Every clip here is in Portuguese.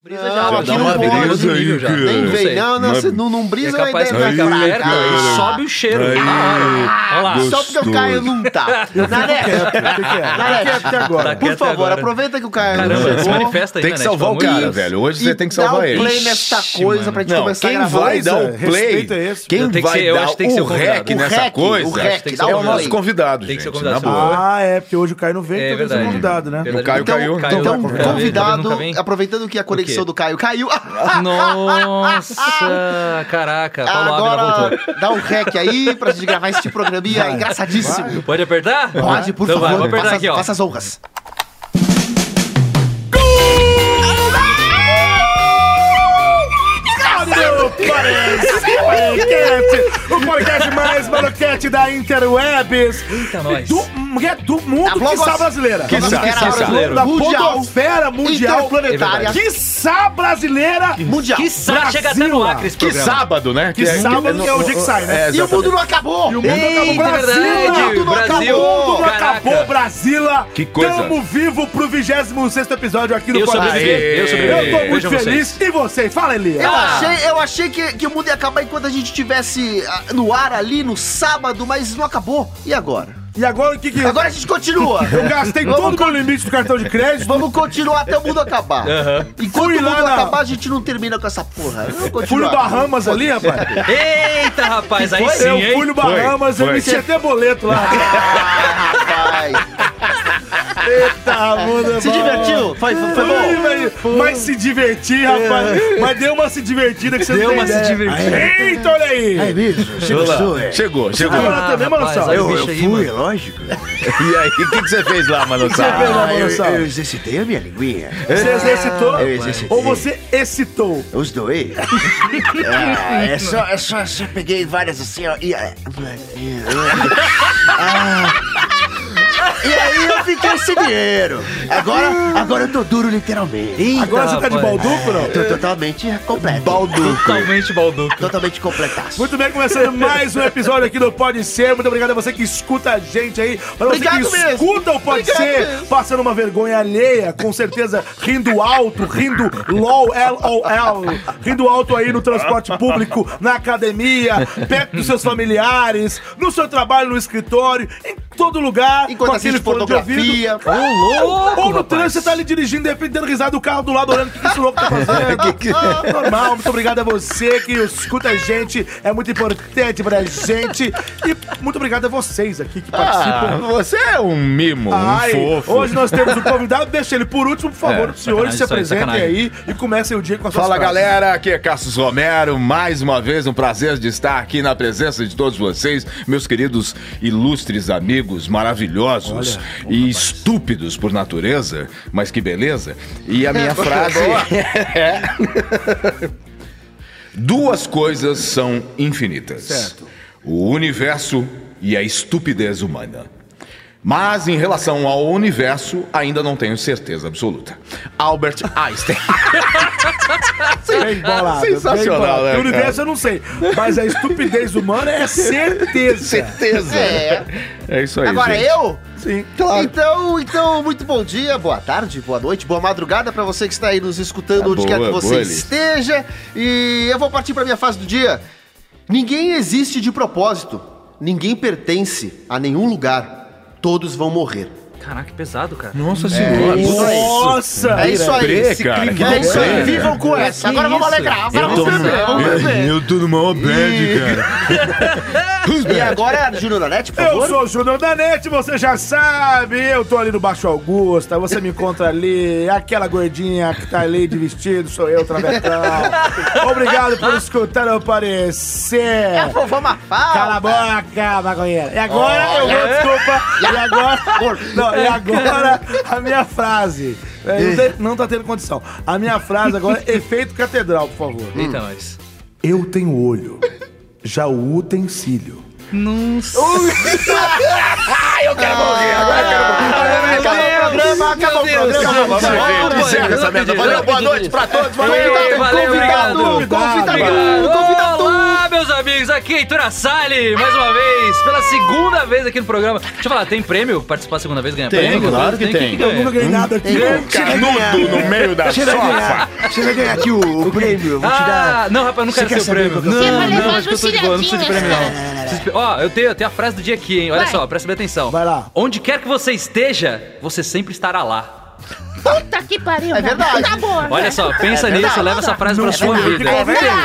Brisa já, um já aqui dá não uma pode. brisa aí, nível já. cara. Nem Não vem. sei. Não, não, Mas- você não, não brisa é na capaz ideia que da vai ideia. cair, Cara, cara. isso. Aí, sobe o cheiro. Aí, Olha lá. gostoso. Só porque o Caio não tá. Quieto, Nareca, fica quieto. Nareca, Até agora. por quieto favor, agora. aproveita que o Caio não tá. Então, Caramba, se chegou manifesta aí, Tem que Nanete, pelo salvar o amor de cara, Deus. velho. Hoje e você tem que dá o salvar ele. play Ixi, nesta mano. coisa pra gente Não, começar quem a gravar. é vai dar o Respeita play, esse. quem Eu tenho que vai ser- eu dar acho que tem que ser o o convidado. rec O nessa rec, coisa o rec, tem que dá ser é o o nosso play. convidado, Tem que ser gente, convidado, na boa. Ah, é, porque hoje o Caio não vem, É talvez seja verdade. convidado, né? Verdade. O Caio Então, caiu. Caio então nunca vem, convidado, nunca vem. aproveitando que a conexão quê? do Caio caiu. Nossa, caraca, Paulo Ávila Agora voltou. dá um rec aí pra gente gravar esse programinha engraçadíssimo. Pode apertar? Pode, por então favor, Vai, vou apertar faça, aqui, ó. faça as honras. Podcast, o podcast mais maluquete da Interwebs. Eita, nós. Do, é do A mundo, que blogos- está brasileira. Que quiçá, era quiçá. brasileiro. Da mundial, Então, podosfera mundial. interplanetária, É Que brasileira. mundial. Que sábado chega até no Acre esse Que programa. sábado, né? Que sábado que é o dia que sai, né? É, E o mundo não acabou. E o mundo acabou. Eita, Brasil, verdade. tudo no Brasil. O mundo não Caraca. acabou, Brasília. Que coisa. Tamo vivo pro 26 episódio aqui do Eu podcast. sobrevivi. Eu sobrevivi. Eu tô Vejam muito feliz. vocês. E vocês? Fala, Elias. Eu Ah. achei, eu achei que, que o mundo ia acabar enquanto a gente tivesse ah, no ar ali no sábado, mas não acabou. E agora? E agora o que que... Agora a gente continua. Eu gastei todo o meu limite do cartão de crédito. Vamos continuar até o mundo acabar. Enquanto Fui o lá mundo na- acabar, a gente não termina com essa porra. Vamos continuar. Fui no Bahamas ali, rapaz. é Eita, rapaz, aí sim, eu fui hein? no Bahamas, Foi, eu foi. meti até boleto lá. Ah, rapaz. Eita, mano. Se divertiu? Foi, foi, foi bom? Mas, mas se divertir, rapaz. Mas deu uma se divertida que você Deu não tem uma se ideia. divertida. Eita, olha aí. É mesmo? Você Olha lá. Chegou, chegou. Ah, também, mano, rapaz, só. olha o Eu, eu bicho aí, fui, mano. lógico. E aí, o que, que você fez lá, fez lá? Manossauro? Ah, eu, Gonçalo. eu exercitei a minha linguinha. Você exercitou? eu É. exercitei. Ou você excitou? Os dois. ah, é só, é só, só peguei várias assim, ó. E, ah, ah, e aí eu fiquei sem dinheiro. Agora, agora eu tô duro, literalmente. É, Eita, Agora você tá de rapaz. balduco, não? Tô totalmente completo. Balduco. Totalmente balduco. Totalmente completaço. Muito bem, começando mais um episódio aqui do Pode Ser. Muito obrigado a você que escuta a gente aí. Para você Obrigado que mesmo. escuta o Pode Obrigado Ser, mesmo. passando uma vergonha alheia, com certeza rindo alto, rindo LOL, L-O-L, rindo alto aí no transporte público, na academia, perto dos seus familiares, no seu trabalho, no escritório, em todo lugar, Enquanto assiste pornografia. Ô, louco, Ou no rapaz. trânsito, você tá ali dirigindo, de repente, dando risada, o carro do lado olhando o que, que esse louco tá fazendo. Ah, Normal, muito obrigado a você que escuta a gente, é muito importante pra gente. E muito obrigado a vocês aqui que Ah, participam. você é um mimo, um Ai, fofo. hoje nós temos um convidado, deixa ele por último, por favor, É, os senhores se sacanagem, isso aí, apresentem aí e comecem o dia com a sua Fala galera, aqui é Cassius Romero, mais uma vez um prazer de estar aqui na presença de todos vocês, meus queridos ilustres amigos, maravilhosos e estúpidos por natureza, mas que beleza. E a minha frase é... Duas coisas são infinitas. O universo e a estupidez humana. Mas em relação ao universo, ainda não tenho certeza absoluta. Albert Einstein. Bem bolado, Sensacional, bem bolado. né, O universo eu não sei, mas a estupidez humana é certeza. Certeza. É. É isso aí. Agora gente. eu? Sim, Então, então, muito bom dia, boa tarde, boa noite, boa madrugada pra você que está aí nos escutando, Tá onde quer que boa, você boa, Elis. esteja. E eu vou partir pra minha fase do dia. Ninguém existe de propósito. Ninguém pertence a nenhum lugar. Todos vão morrer. Caraca, que pesado, cara. Nossa senhora. Nossa! É isso aí. Crê, esse cara, clima. que é isso aí. loucura. Vivam com essa. Que Agora vamos isso? alegrar. Agora Eu vamos beber. Vamos beber. Eu tô numa obede, cara. Who's E bad? agora, Júnior Nanete, por Eu favor. sou o Júnior Danete, você já sabe. Eu tô ali no Baixo Augusta, você me encontra ali. Aquela gordinha que tá ali de vestido, sou eu, Travetão. Obrigado por escutar eu parecer. É a vovó Mafalda. Cala a boca, maconheira. E agora eu vou, desculpa. E agora. Não, e agora a minha frase. É, não, tem- não tá tendo condição. A minha frase agora é efeito catedral, por favor. Eita, nós. Eu tenho olho, já o utensílio. Nossa. Ah, Acabou o programa, acabou o programa. Vamos ver, Rapaz, encerra essa merda. rapidinho, Valeu, boa rapidinho. noite pra todos. Valeu, valeu, Convidado, obrigado. convidado, convidado. Olá, meus amigos, aqui aqui, Heitor Assali, mais uma vez, pela segunda vez aqui no programa. Deixa eu falar, tem prêmio? Participar a segunda vez ganha Tem, prêmio? claro que O tem. ganha? Eu nunca ganhei nada aqui. Hum. Canudo no meio da Você vai sofa. ganhar, você vai ganhar aqui o, o prêmio. Eu vou te dar. Ah, não, rapaz, eu não Você quero quer ser o saber prêmio. qual que é o prêmio? Você vai levar acho que eu tô de boa, não preciso de prêmio, não. as né? Preciso de- Ó, eu tenho, eu tenho a frase do dia aqui, hein? Olha Vai. só, presta bem atenção. Vai lá. Onde quer que você esteja, você sempre estará lá. Puta que pariu. É cara. verdade. Tá bom. Olha né? só, pensa nisso, É verdade. leva essa frase pra Não sua sou eu que vida. É verdade.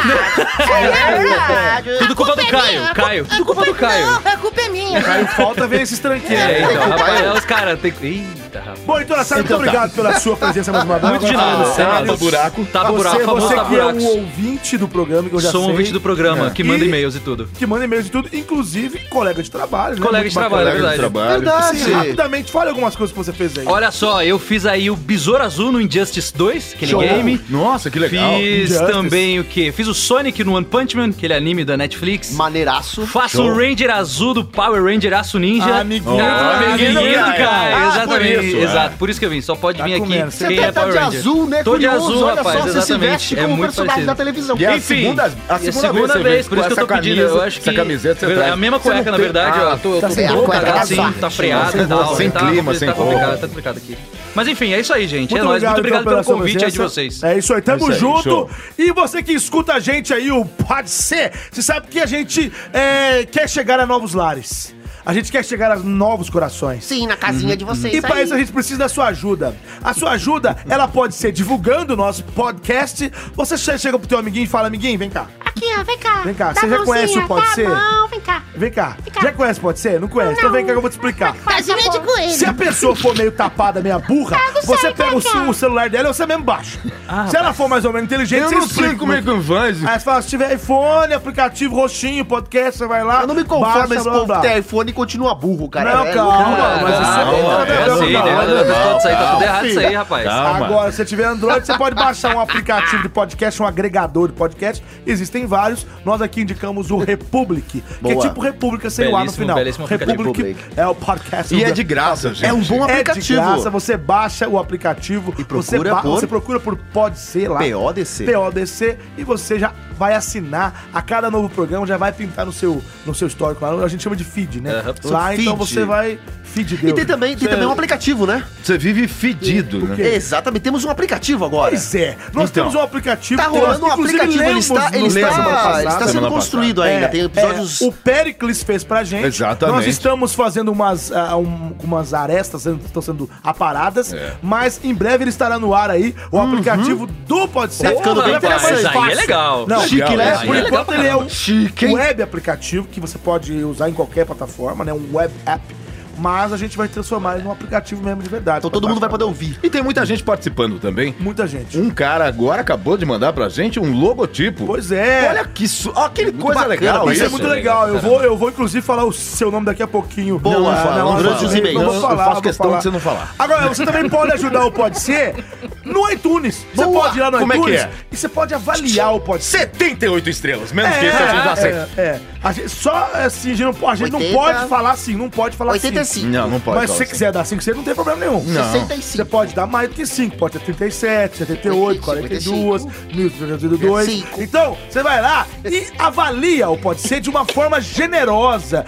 É verdade. Tudo A culpa do é Caio, minha, a Caio, culpa- tudo a culpa do Caio. Não, a culpa é minha. Caiu Tá falta, vem esses É, tranqueiros. então, Vai. rapaz, é, os caras tem que. Eita, rapaz. Bom, então, Assad, muito obrigado pela sua presença mais uma vez. É. tá. Muito de Agora, nada, Fábio sério. Salles, buraco. Tapa buraco, Você, famoso você tapa que é um buracos. ouvinte do programa, que eu já Sou um sei, ouvinte do programa, que manda E- e-mails e tudo. que manda e-mails e tudo, inclusive colega de trabalho. né? Colega Muito de bacana. trabalho, é Colega de verdade. trabalho. Verdade. Sim, rapidamente, fale algumas coisas que você fez aí. Olha só, eu fiz aí o Besouro Azul no Injustice 2, aquele game. Nossa, que legal. Fiz Injustice. também o quê? Fiz o Sonic no One Punch Man, aquele anime da Netflix. Maneiraço. Faço o Ranger Azul do Power Ranger Aço Ninja. Amiguinho do Ah, Caio. amiguinho do Ah, Caio. por exatamente. isso, é. Exato, por isso que eu vim. Só pode Tá vir aqui comendo. Você quem até é tá Power de Ranger. azul, né? Tô Curioso, de azul, olha rapaz, só, você se exatamente. veste é como muito personagem parecido. da televisão. E a Enfim, segunda, a E segunda, segunda você vez, vem por isso com que eu tô essa pedindo. camisa, eu acho que Essa camiseta você É traz. a mesma Você não cueca, na tem- verdade. ó, Ah, eu tô, eu tá tô sem a todo cueca, cagado, tá assim, sem- tá freado e tal. sem tá, clima, tá sem complicado, roupa. tá complicado aqui. Mas enfim, é isso aí, gente. é nóis. Muito obrigado então, pelo pela sua convite aí de presença. vocês. É isso aí, tamo É isso aí, junto. show. E você que escuta a gente aí, o Pode Ser, você sabe que a gente é, quer chegar a novos lares. A gente quer chegar a novos corações. Sim, na casinha de vocês. E para aí. isso a gente precisa da sua ajuda. A sua ajuda, ela pode ser divulgando o nosso podcast. Você che- chega pro teu amiguinho e fala, amiguinho, vem cá, Aqui, ó, vem cá. Vem cá, você Dá já mãozinha, conhece o Pode tá Ser? Não, vem cá. vem cá. Vem cá. Já conhece, pode ser? Não conhece? Então vem cá que eu vou te explicar. Casinha Tá de Se a coelho. pessoa for meio tapada, meio burra, Eu não sei você pega qual o, que é. ce- o celular dela e você mesmo baixa. Se ela for mais ou menos inteligente, Ah, Eu você não sei explica como é que faz. Aí você fala, se tiver iPhone, aplicativo roxinho, podcast, você vai lá. Eu não me baixa, conformo, esse é blá, blá, povo blá. tem iPhone e continua burro, cara. Não, É calma, loucura. mas isso é bem- Calma, tá É vendo? assim, Não, né? não, não, Pode sair, tá tudo não, errado isso aí, filho. rapaz. Tá. Calma. Agora, se tiver Android, você pode baixar um aplicativo de podcast, um agregador de podcast. Existem vários. Nós aqui indicamos o Republic, que é Boa. tipo República sem o A no Belíssimo, final. belíssimo aplicativo. Republic é o podcast. E do- é de graça, gente. É um bom É de aplicativo. graça, você baixa o aplicativo E você, procura por- você procura por Pode Ser lá. PODC. PODC e você já vai assinar a cada novo programa, já vai pintar no seu, no seu histórico lá. A gente chama de feed, né? Aham. Lá Seu então feed. você vai feed E Deus. tem também, tem Você- também um aplicativo, né? Você vive fedido, né? Exatamente, temos um aplicativo agora. Pois é, nós Então, temos um aplicativo. Tá que nós, rolando um inclusive, aplicativo, ele lemos está, ele no- está, semana passada. está sendo Semana construído É, ainda, tem episódios... é, o Pericles fez pra gente. Exatamente. Nós estamos fazendo umas, ah, um- umas arestas, sendo- estão sendo aparadas, É. mas em breve ele estará no ar aí, o aplicativo do Pode Ser. Tá ficando Ele bem vai ficar mais interessante. fácil. Aí é legal. Não, Chique, legal, né? é, Aí Por é legal enquanto pra ele é caramba. um Chique, hein? web aplicativo que você pode usar em qualquer plataforma, né? Um web app. Mas a gente vai transformar ele num aplicativo mesmo de verdade. Então todo mundo vai poder ouvir. E tem muita gente participando também. Muita gente. Um cara agora acabou de mandar pra gente um logotipo. Pois é. Olha que, su... Olha que coisa bacana, legal Isso isso. é muito legal. Eu vou, eu vou, inclusive, falar o seu nome daqui a pouquinho. Boa, não fala, não durante fala. os e-mails. Eu vou falar, faço vou questão falar. de você não falar. Agora, você também pode ajudar o Pode Ser no iTunes. Você Boa. pode ir lá no Como é que iTunes é? e você pode avaliar o Pode Ser. 78 estrelas, menos É, que isso a gente já aceita. é, é. A gente, só assim, a gente, não, a gente não 80. pode falar assim, não pode falar assim. 85. Não, não pode. Mas falar se você assim. quiser dar 5, você não tem problema nenhum. Não. 65. Você pode dar mais do que 5, pode ser 37, 78, 42, 1302. Cinco. Então, você vai lá e avalia o Pode Ser de uma forma generosa,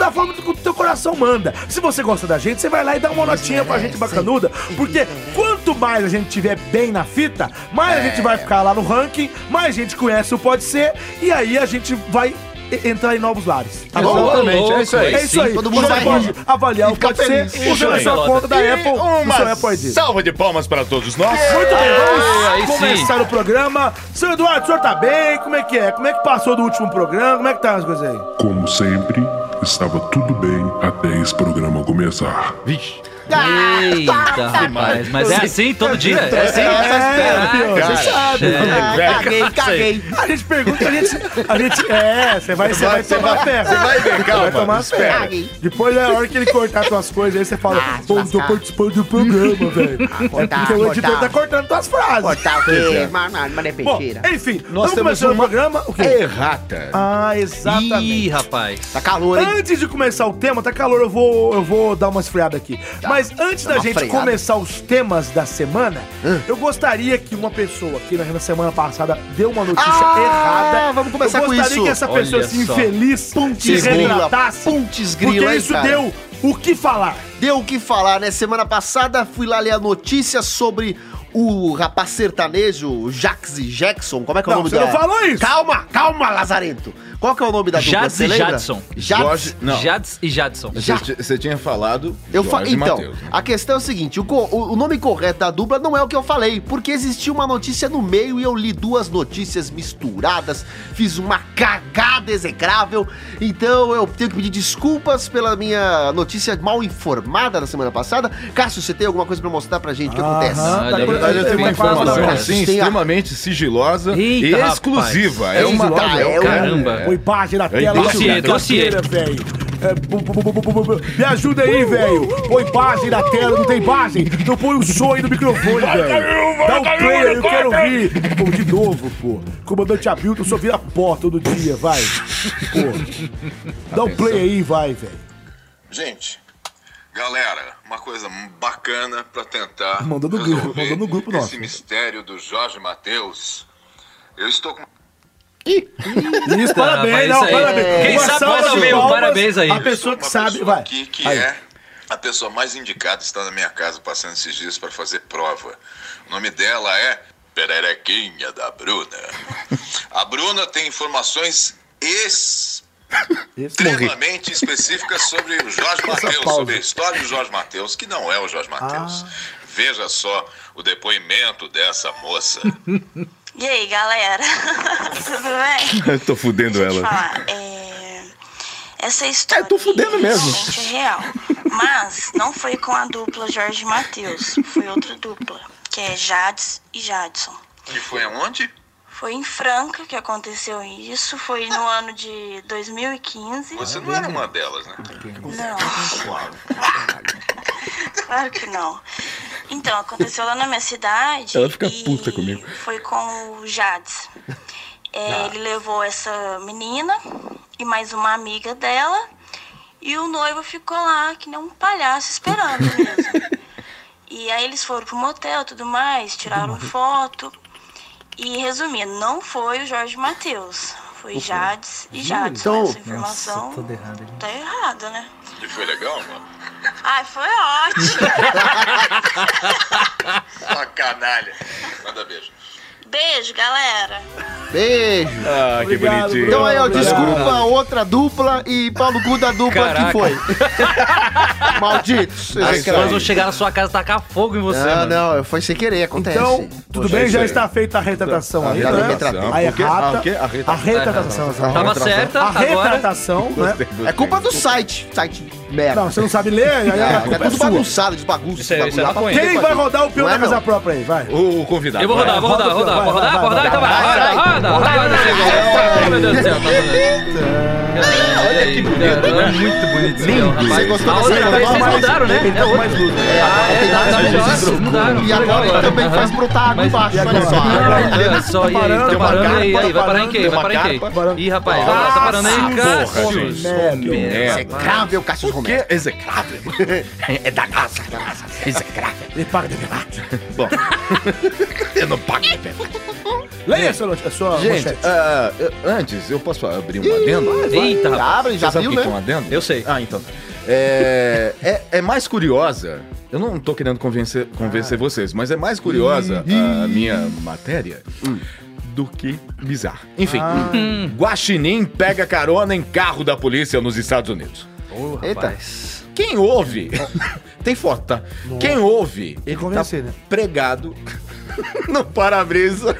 da forma que o teu coração manda. Se você gosta da gente, você vai lá e dá uma notinha pra gente bacanuda, porque quanto mais a gente tiver bem na fita, mais a gente vai ficar lá no ranking, mais gente conhece o Pode Ser e aí a gente vai e- entrar em novos lares. Tá bom? Exatamente, é isso aí. É isso aí. todo mundo Você vai pode rir. avaliar o Fica Pode Ser feliz. usando a Isso sua aí. conta da E Apple no seu Apple uma ID. salva de palmas para todos nós. Muito bem, vamos É, Aí sim. começar o programa. Seu Eduardo, o senhor tá bem? Como é que é? Como é que passou do último programa? Como é que tá as coisas aí? Como sempre, estava tudo bem até esse programa começar. Vixe. Eita, rapaz. Mas é assim todo dia? É assim? tá filho, cara. você sabe. né? Caguei, caguei. A gente pergunta, a gente... A gente é, você vai, você vai Você tomar vai, fé. você vai ver, calma. Vai tomar as espera. pernas. Depois, na hora que ele cortar tuas coisas, aí você fala, pô, não tô participando do programa, velho. É porque o editor tá cortando tuas frases. Tá, ok. Mas é Bom, enfim, Nós temos vamos começar o uma- programa. O É. quê? Errata. Ah, Ih, exatamente. rapaz. Tá calor, hein? Antes de começar o tema, tá calor, eu vou, eu vou dar uma esfriada aqui. Mas antes Dá da uma gente freada. Hum. começar os temas da semana, eu gostaria que uma pessoa que na semana passada deu uma notícia Ah, errada. vamos começar eu com gostaria isso. que essa pessoa, Olha assim, só. infeliz, se Pontes grila, retratasse. pontes grila, porque hein, isso cara? deu o que falar. Deu o que falar, né? Semana passada fui lá ler a notícia sobre o rapaz sertanejo Jaxi Jackson. Como é que é o Não, nome você não dela? falou isso. Calma, calma, Lazarento. Qual que é o nome da dupla? Jaxi você lembra? Jadson. Jax. Jorge- Não. Jads e Jadson. Já- Você, você tinha falado Eu Jorge fa... Então, Mateus, né? a questão é o seguinte: o, co- o- o nome correto da dupla não é o que eu falei, porque existia uma notícia no meio e eu li duas notícias misturadas, fiz uma cagada execrável. Então eu tenho que pedir desculpas pela minha notícia mal informada na semana passada. Cássio, você tem alguma coisa pra mostrar pra gente? O que acontece? Tá Olha, Ah, Na verdade, eu tenho uma Tem quase informação nada. assim, Tem a- extremamente sigilosa e Eita, exclusiva. rapaz. É uma. Eita, Ah, um- é uma- Caramba. É um Põe página na Aí, tela. dossiê, na dossiê. Uh, carteira, velho. É, bu- bu- bu- bu- bu- bu- bu- Me ajuda aí, velho. Põe imagem na tela, não tem imagem? Então põe o som aí no microfone, velho. Dá um play aí, eu quero ouvir. Pô, de novo, pô. Comandante Abilton só vira pó todo dia, vai. Pô. Dá um play aí, vai, velho. Gente, galera, uma coisa bacana pra tentar. Mandou no resolver grupo, mandou no grupo Esse nosso. mistério do Jorge Matheus. Eu estou com. rapaz, Isso, parabéns, não, Ah, isso aí. parabéns. Quem Uma sabe salva faz o de meu, palmas, parabéns aí. A pessoa que uma sabe, pessoa vai. Aqui que Aí. é a pessoa mais indicada está na minha casa passando esses dias para fazer prova. O nome dela é Pererequinha da Bruna. A Bruna tem informações ex extremamente específicas sobre o Jorge Matheus, pausa. Ah. sobre a história do Jorge Matheus, que não é o Jorge Matheus. Veja só o depoimento dessa moça. E aí, galera? Tudo bem? Eu tô fudendo Deixa eu ela. falar, é... Essa história eu tô fudendo mesmo. realmente é real. Mas não foi com a dupla Jorge e Matheus. Foi outra dupla, que é Jades e Jadson. Que foi aonde? Foi em Franca que aconteceu isso. Foi no ano de 2015. Você não era uma delas, né? Não. claro que não. Então, aconteceu lá na minha cidade. Ela fica e puta comigo. Ah. Foi com o Jades. É, Ele levou essa menina e mais uma amiga dela. E o noivo ficou lá, que nem um palhaço, esperando mesmo. e aí eles foram pro motel tudo mais, tiraram foto. E resumindo, não foi o Jorge Matheus. Foi Jades e Jades. Então- essa informação tá errada, né? E foi legal, mano? Ai, foi ótimo. Uma canalha. Manda beijo. Beijo, galera. Beijo. Ah, que Obrigado, bonitinho. Bruno. Então aí, ó, Obrigado. desculpa a outra dupla e pau no cu da dupla Caraca. que foi. Malditos. As pessoas vão execráveis. chegar na sua casa e tacar fogo em você, Não, mano. não, foi sem querer, acontece. Então, tudo Poxa, bem? Já isso aí. está feita a retratação A aí, retratação. né? A Por quê? errata. Ah, o quê? A A retratação. retratação. A retratação. Tava certa, A agora... retratação, né? É culpa do site. Site merda. Não, você não sabe ler, aí a É, culpa tá é tudo sua. bagunçado, desbagunço. Isso aí, isso aí desbagunçado. é maconha. Quem vai rodar o peão Não é, na casa não. própria aí? Vai. O o convidado. Eu vou rodar, vou rodar, vou rodar, vou rodar, vou rodar, então vai, roda, roda, roda, roda, roda, meu Deus do céu, tá rolando. Olha que bonito, é muito bonito. Lindo. Você gostou A dessa outra nova vez Ah, é, vocês mais- mudaram, né? É outra. Ah, é, tá, tá melhor, vocês mudaram. E agora é, ele também faz brotar água embaixo, olha só. Olha só, e aí, tá parando aí, aí, vai parar em quem? Vai parar em quem? parando. Ih, rapaz, vai lá, tá parando aí, Que Cássio. merda. é Merda. Execrável, Cássio Que Romero. execrável. né? É da casa, da é casa. Execrável. Ele paga de verdade. Bom, eu não pago de pé. Leia a sua notícia. a sua Gente, manchete. ah, eu- antes, eu posso abrir um adendo? Eita, rapaz. Abre, já Você sabe viu, o que que é um né? adendo? Eu sei. Ah, então. tá. É, é, é mais curiosa. Eu não tô querendo convencer, convencer vocês, mas é mais curiosa a minha matéria do que bizarro. Enfim, hum. Guaxinim pega carona em carro da polícia nos Estados Unidos. Eita. Quem ouve? Tem foto, tá? Quem ouve? Ele convencer, né? pregado no para-brisa.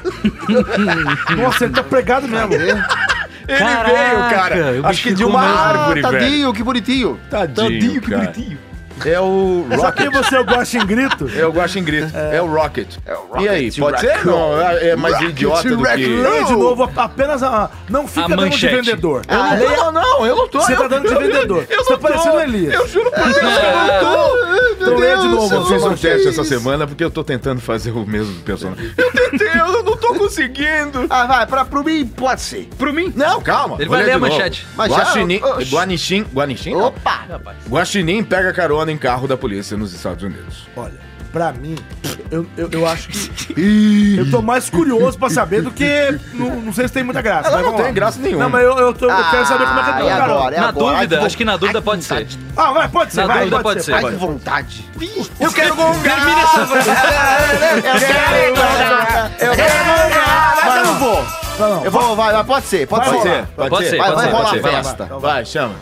Nossa, ele tá pregado mesmo. Ele Caraca, veio, o cara. Acho bicho que de ficou uma mais- árvore, Ah, velho. tadinho, que bonitinho. Tadinho, que bonitinho. É o Só Rocket. que você gosta em grito. É o Guaxin Grito. É. o Rocket. E aí, Rocket pode ser? Raccoon. Não, é é mais idiota do que... Leia de novo apenas a. Não fica dando de manchete. vendedor. Eu não tô, não, não, eu não tô. Ah, Você eu- tá dando de vendedor. Eu Você não tá parecendo tô. Elias. Eu juro por Deus que eu não tô. Então leia de novo. Eu a sua fiz um manchete. teste essa semana porque eu tô tentando fazer o mesmo personagem. Eu tentei, eu não tô conseguindo. Ah, vai, pra, pro mim pode ser. Pro mim? Não, calma. Ele vou vai ler a de novo. manchete. Mas já- Guaxinim, Oxi. Guanichim, Guanichim? não. Opa! Guaxinim pega carona em carro da polícia nos Estados Unidos. Olha, pra mim, eu, eu, eu acho que. eu tô mais curioso pra saber do que. Não, não sei se tem muita graça. Ela mas não vamos tem lá. graça nenhuma. Não, mas eu, eu, tô- eu Ah, quero saber como é que eu tô, e cara. agora? É Na agora, dúvida, ai, acho que na dúvida pode ser. Ah, vai, pode ser, Na vai, dúvida pode ser. Ai, que Pode. vontade. Eu quero gongar. Eu quero enganar, eu quero enganar, mas eu não vou. Não, não. Eu vou, vai, vai, pode ser, pode, Vai, ser. vai. pode, Pode ser, Vai, vai ser, rolar ser. a festa. Vai, chama.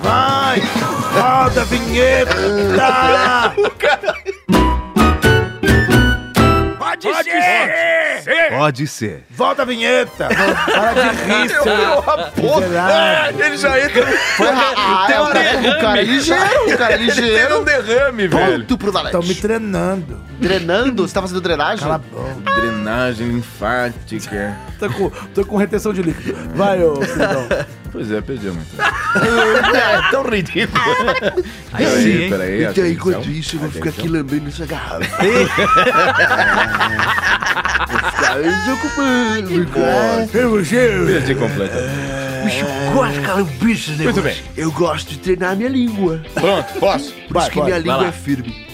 Vai! Roda a vinheta! Pode, ser. Pode ser. Volta a vinheta! Para de rir, seu miserável. Ah, ele já entra. Ah, Foi ah, é, o cara, o cara é ligeiro, o cara é Ele um ligeiro. derrame, velho. Ponto pro Estão Então me Valete. treinando. Drenando? Você tá fazendo drenagem? Cala a boca. Drenagem linfática. Tô com, tô com retenção de líquido. Vai, ô, queridão. Pois é, perdi muito. É, Tão ridículo. sim, hein? peraí. Então, atenção. enquanto isso, eu vou ficar aqui lambendo essa garrafa. Eu, eu, Perdi completamente. Gosto, cara, um bicho esse Muito negócio. bem. Eu gosto de treinar minha língua. Pronto, posso? Por isso que vai, minha língua lá. é firme.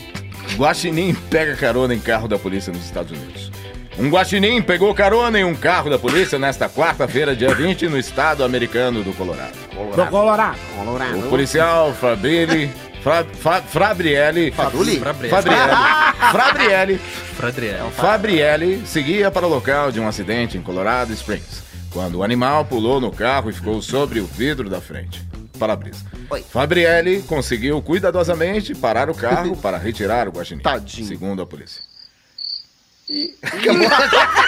Guaxinim pega carona em carro da polícia nos Estados Unidos. Um guaxinim pegou carona em um carro da polícia nesta quarta-feira, dia 20, no estado americano do Colorado. é do Colorado. O policial Fabrile... Fra, Fa- Fabriele... Fabuli? Fabriele... Fabriele... Fradriel. Fabriele seguia para o local de um acidente em Colorado Springs, quando o animal pulou no carro e ficou sobre o vidro da frente. Para-brisa. Oi. Fabriele conseguiu cuidadosamente parar o carro para retirar o guaxinim, Tadinho. segundo a polícia.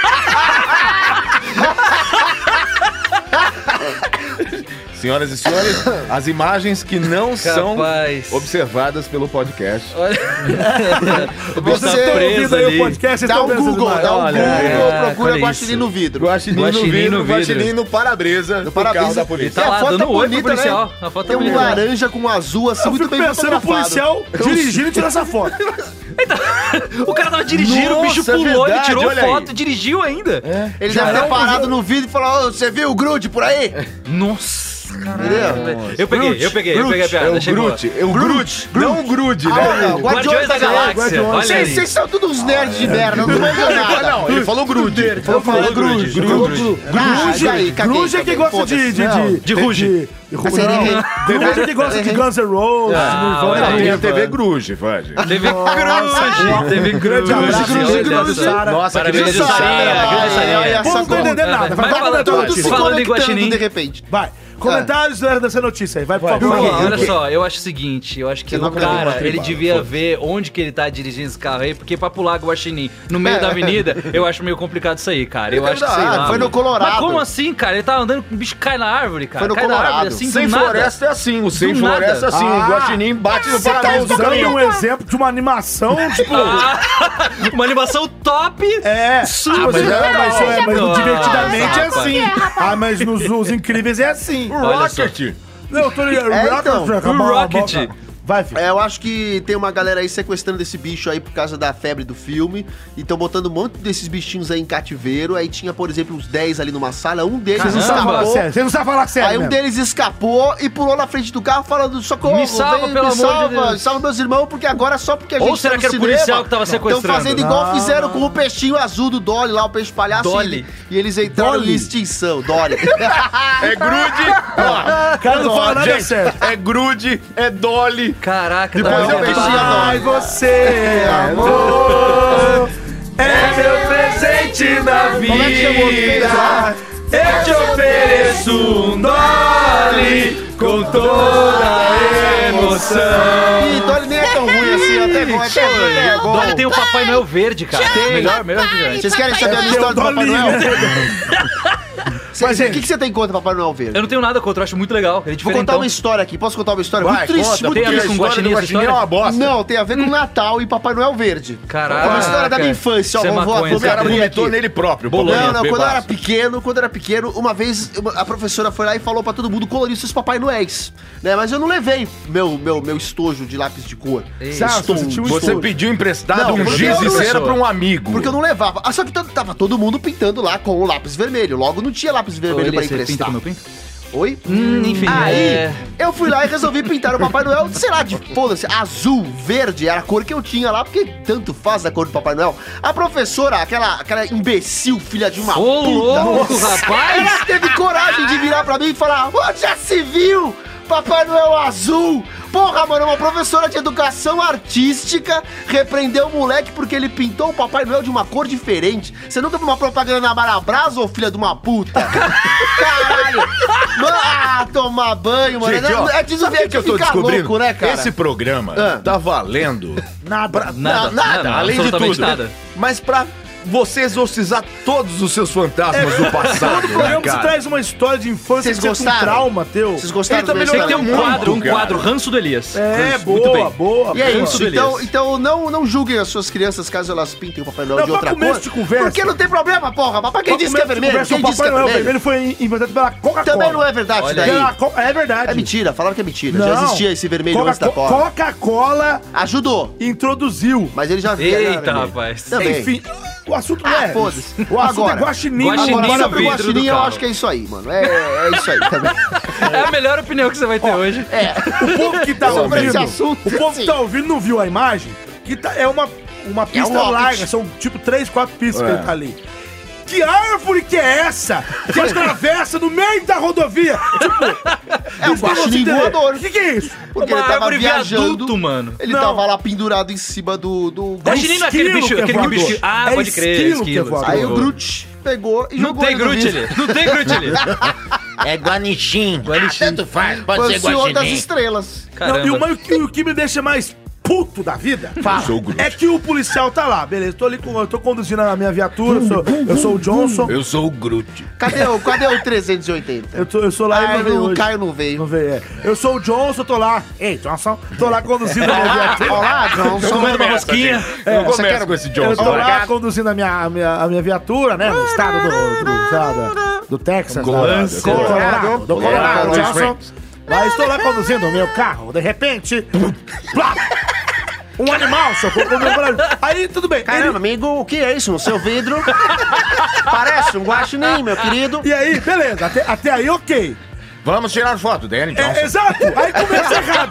E... Senhoras e senhores, as imagens que não Capaz. são observadas pelo podcast. Você Você tá Ouvindo preso aí o ali. podcast, um vocês Dá estão um pensando Google, mais. dá um Olha, Google, é, procura olha guaxinim isso. no vidro. Guaxinim, Guaxinim no vidro, no vidro. guaxinim no para-brisa do para-brisa. carro da Ele tá polícia. E a lá foto dando é oi pro bonita, né? policial. A foto Tem é um bonita. laranja com um azul assim, Eu muito fico bem pensando no fotografado. policial dirigindo e tirando essa foto. O cara tava dirigindo, o bicho Nossa, pulou, ele verdade, tirou olha foto aí. e dirigiu ainda. Ele deve é um ter parado no vidro e falou, "Ô, você viu o grude por aí? Nossa, Entendeu? Eu peguei, eu peguei, eu peguei a piada. É o achei boa. Groot, é o Groot, não o Groot, Ah, não, né? Guardiões da Galáxia, olha Vocês aí. vocês são todos uns nerds de merda, não vão enganar. Não, Ele falou Groot. eu falei grude. Groot. Grunge, aí, caguei grunge é que também, gosta de... foda-se. De, Não. de, De ruge. de- de ruge, Assim, não. errei. Grunge é que gosta de Errei. Guns N' Roses, Ah, Nirvana, olha Tem a Nirvana. TV Groot, Fadi. Teve grande, teve grande. Grande abraço, grande Grande grande Sara. Nossa, que Parabéns, beleza. Jussara, Sara. grande Sara. olha O povo não tá só. entendendo nada. Vai Vai, vai, falando vai, tudo Tudo se Guaxinim. Falando em conectando Guaxinim. de repente. Vai. Comentários dessa notícia aí, vai, por Vamos favor. lá, olha só, eu acho o seguinte, eu acho que Você não o aprendeu cara, mais ele tribal, devia ver onde que ele tá dirigindo esse carro aí, porque pra pular guaxinim no meio É. da avenida, eu acho meio complicado isso aí, cara. Eu É acho que sei verdade, lá. foi no mano. Colorado. Mas como assim, cara? Ele tá andando, o bicho cai na árvore, cara. Foi no cai na Colorado. árvore assim, Sem do nada. floresta é assim, o sem Do floresta é nada. assim. Ah. O guaxinim bate no Você tá para-brisa do usando caminhão. um exemplo de uma animação, tipo... Ah, uma animação top. É, Super mas, legal. é, mas, é, mas no Nossa, divertidamente é rapaz. assim. Ah, mas nos Os Incríveis é assim. Olha só. Rocket. Não, eu tô ligado. É, Rocket, então, Rocket, o bola, Rocket. bola. Vai, filho. É, eu acho que tem uma galera aí sequestrando esse bicho aí por causa da febre do filme. E estão botando um monte desses bichinhos aí em cativeiro. Aí tinha, por exemplo, uns 10 ali numa sala. Um deles Ah, Vocês não sabem escapou. tá falar sério. Vocês não sabem falar sério. Aí um mesmo. deles escapou e pulou na frente do carro falando: socorro, Me salva, pelo me amor de salva, Deus." me salva meus irmãos, porque agora só porque a gente tá Ou será que era o policial que tava Estão sequestrando? fazendo igual fizeram com o peixinho azul do Dolly lá, o peixe palhaço. Dolly. E, e eles entraram Dolly. em extinção, Dolly. É Groot. Ah, O cara não fala nada sério. É Groot, é Dolly. Caraca, Depois tá eu bem. mexi a- Ai, você, É, amor, é meu presente na Como é que chamou o vida. peixe lá? Eu te ofereço um Dolly com toda a emoção. E Dolly nem é tão ruim assim, até bom, é tão ruim, é bom. Olha, tem o Papai Noel verde, cara. Melhor mesmo, gente. Vocês querem saber a É o história do Papai Dolly, Noel? né? Cê- Mas, o gente- que, que você tem contra Papai Noel Verde? Eu não tenho nada contra, eu acho muito legal. Ele é Vou contar diferentão. uma história aqui. Posso contar uma história? Vai, muito triste, conta, muito Tem a ver porque com história Guaxinim do essa Guaxinim é história? uma bosta. Não, tem a ver com Natal e Papai Noel Verde. Caraca. É uma história da minha infância, ó. Isso é Vou, vou, maconha. vou O cara abrir vomitou aqui. nele próprio. Bolonha. Bolonha, Não, não, quando eu era bebaço. pequeno, quando eu era pequeno, uma vez uma- a professora foi lá e falou pra todo mundo colorir seus Papai Noéis, né? Mas eu não levei meu, meu, meu estojo de lápis de cor. Sabe, você tinha um Você estouro. pediu emprestado Não, um porque giz eu e não- cera pra um amigo. Porque eu não levava. Ah, só que t- tava todo mundo pintando lá com o lápis vermelho. Logo não tinha lápis Ô, vermelho Eli, pra você pinta emprestar. como eu pinto? Oi? Hum, enfim. Aí, é- eu fui lá e resolvi pintar o Papai Noel, sei lá, de foda-se, azul, verde, era a cor que eu tinha lá, porque tanto faz a cor do Papai Noel. A professora, aquela, aquela imbecil, filha de uma Ô, puta, louco, rapaz! ela teve coragem de virar pra mim e falar, ô, já se viu? Papai Noel azul! Porra, mano, uma professora de educação artística repreendeu o moleque porque ele pintou o Papai Noel de uma cor diferente. Você nunca viu uma propaganda na Marabras, ô filha de uma puta? Caralho! Mano, ah, tomar banho, mano. Gente, ó, é de sabe o que, que eu tô descobrindo? louco, né, cara? Esse programa Ah. tá valendo nada, Nada, nada, além de absolutamente tudo. nada. Mas pra você exorcizar todos os seus fantasmas do passado, Todo programa né, você cara? traz uma história de infância Vocês que você um gostaram? trauma teu. Vocês gostaram Ele tá do meu Tem que ter melhorando um Muito, quadro, um cara. quadro, ranço do Elias. É, Ranço, muito boa, bem. boa. E é boa. isso, Beleza. então, então não, não julguem as suas crianças caso elas pintem o Papai Noel Não, de pra outra começo cor. de conversa. Porque não tem problema, porra. Mas pra quem Pra disse que é começo de vermelho? conversa, Quem o disse que Papai é Noel vermelho? vermelho foi inventado pela Coca-Cola. Também não é verdade, daí. Pela Co- É verdade. É mentira, falaram que é mentira. Já existia esse vermelho antes da Coca- Coca. Coca-Cola Ajudou, introduziu. mas ele já via. Eita, né, rapaz. Também. Enfim, o assunto não Ah, é. foda-se. O assunto Agora. é guaxinim. Guaxinim Agora, no sobre o vidro do Guaxinim, eu carro. acho que é isso aí, mano. É, é isso aí também. É a melhor opinião que você vai ter hoje. O povo que tá Sobre esse ouvindo, assunto, o povo sim. que tá ouvindo não viu a imagem, que tá- é uma, uma pista um rocket. larga, são tipo três, quatro pistas que tá ali. Que árvore que é essa que atravessa no meio da rodovia? É o Guaxinim voador. O que, que é isso? Porque Uma ele tá- tava árvore viaduto, viajando. mano. Ele Não. tava lá pendurado em cima do. do... É Guaxinim não é aquele esquilo bicho- que é aquele voador. bicho- Ah, É pode crer, esquilo que é esquilo. voador. Aí o Groot pegou e Não jogou tem ele no grute vidro. ali. Não tem grute ali. É Guanichin. Guanichin. Ah, tanto faz, pode Foi ser o Senhor das Guaxinim. Estrelas. Não, e o, Caramba. ma- o que- o que me deixa mais puto da vida Sou o Groot. é que o policial tá lá, beleza. Tô ali com, eu tô conduzindo a minha viatura, eu sou, eu sou o Johnson. Eu sou o Groot. Cadê o, cadê o 380? Eu, tô, eu sou lá e Ah, não veio o hoje. Caio não Não veio. veio, é. Eu sou o Johnson, tô lá. Ei, Johnson. Tô lá conduzindo a minha viatura. Olá, Johnson. Comendo uma rosquinha. Eu você começo quer- com esse Eu Johnson. tô vai. tá lá conduzindo a minha, a minha, a minha viatura, né? No estado do, do, sei lá, da- do Texas. Colorado. né? Colorado. Do Colorado, Colorado, Johnson. Springs. Lá estou lá conduzindo o meu carro. De repente... plá, Um animal socorro meu braço. Aí, tudo bem. ele- Caramba, amigo, o que é isso no seu vidro? Parece um guaxinim, meu querido. E aí, beleza. Até, até aí, ok. Vamos tirar foto dele, É, Johnson. exato! Aí começa errado!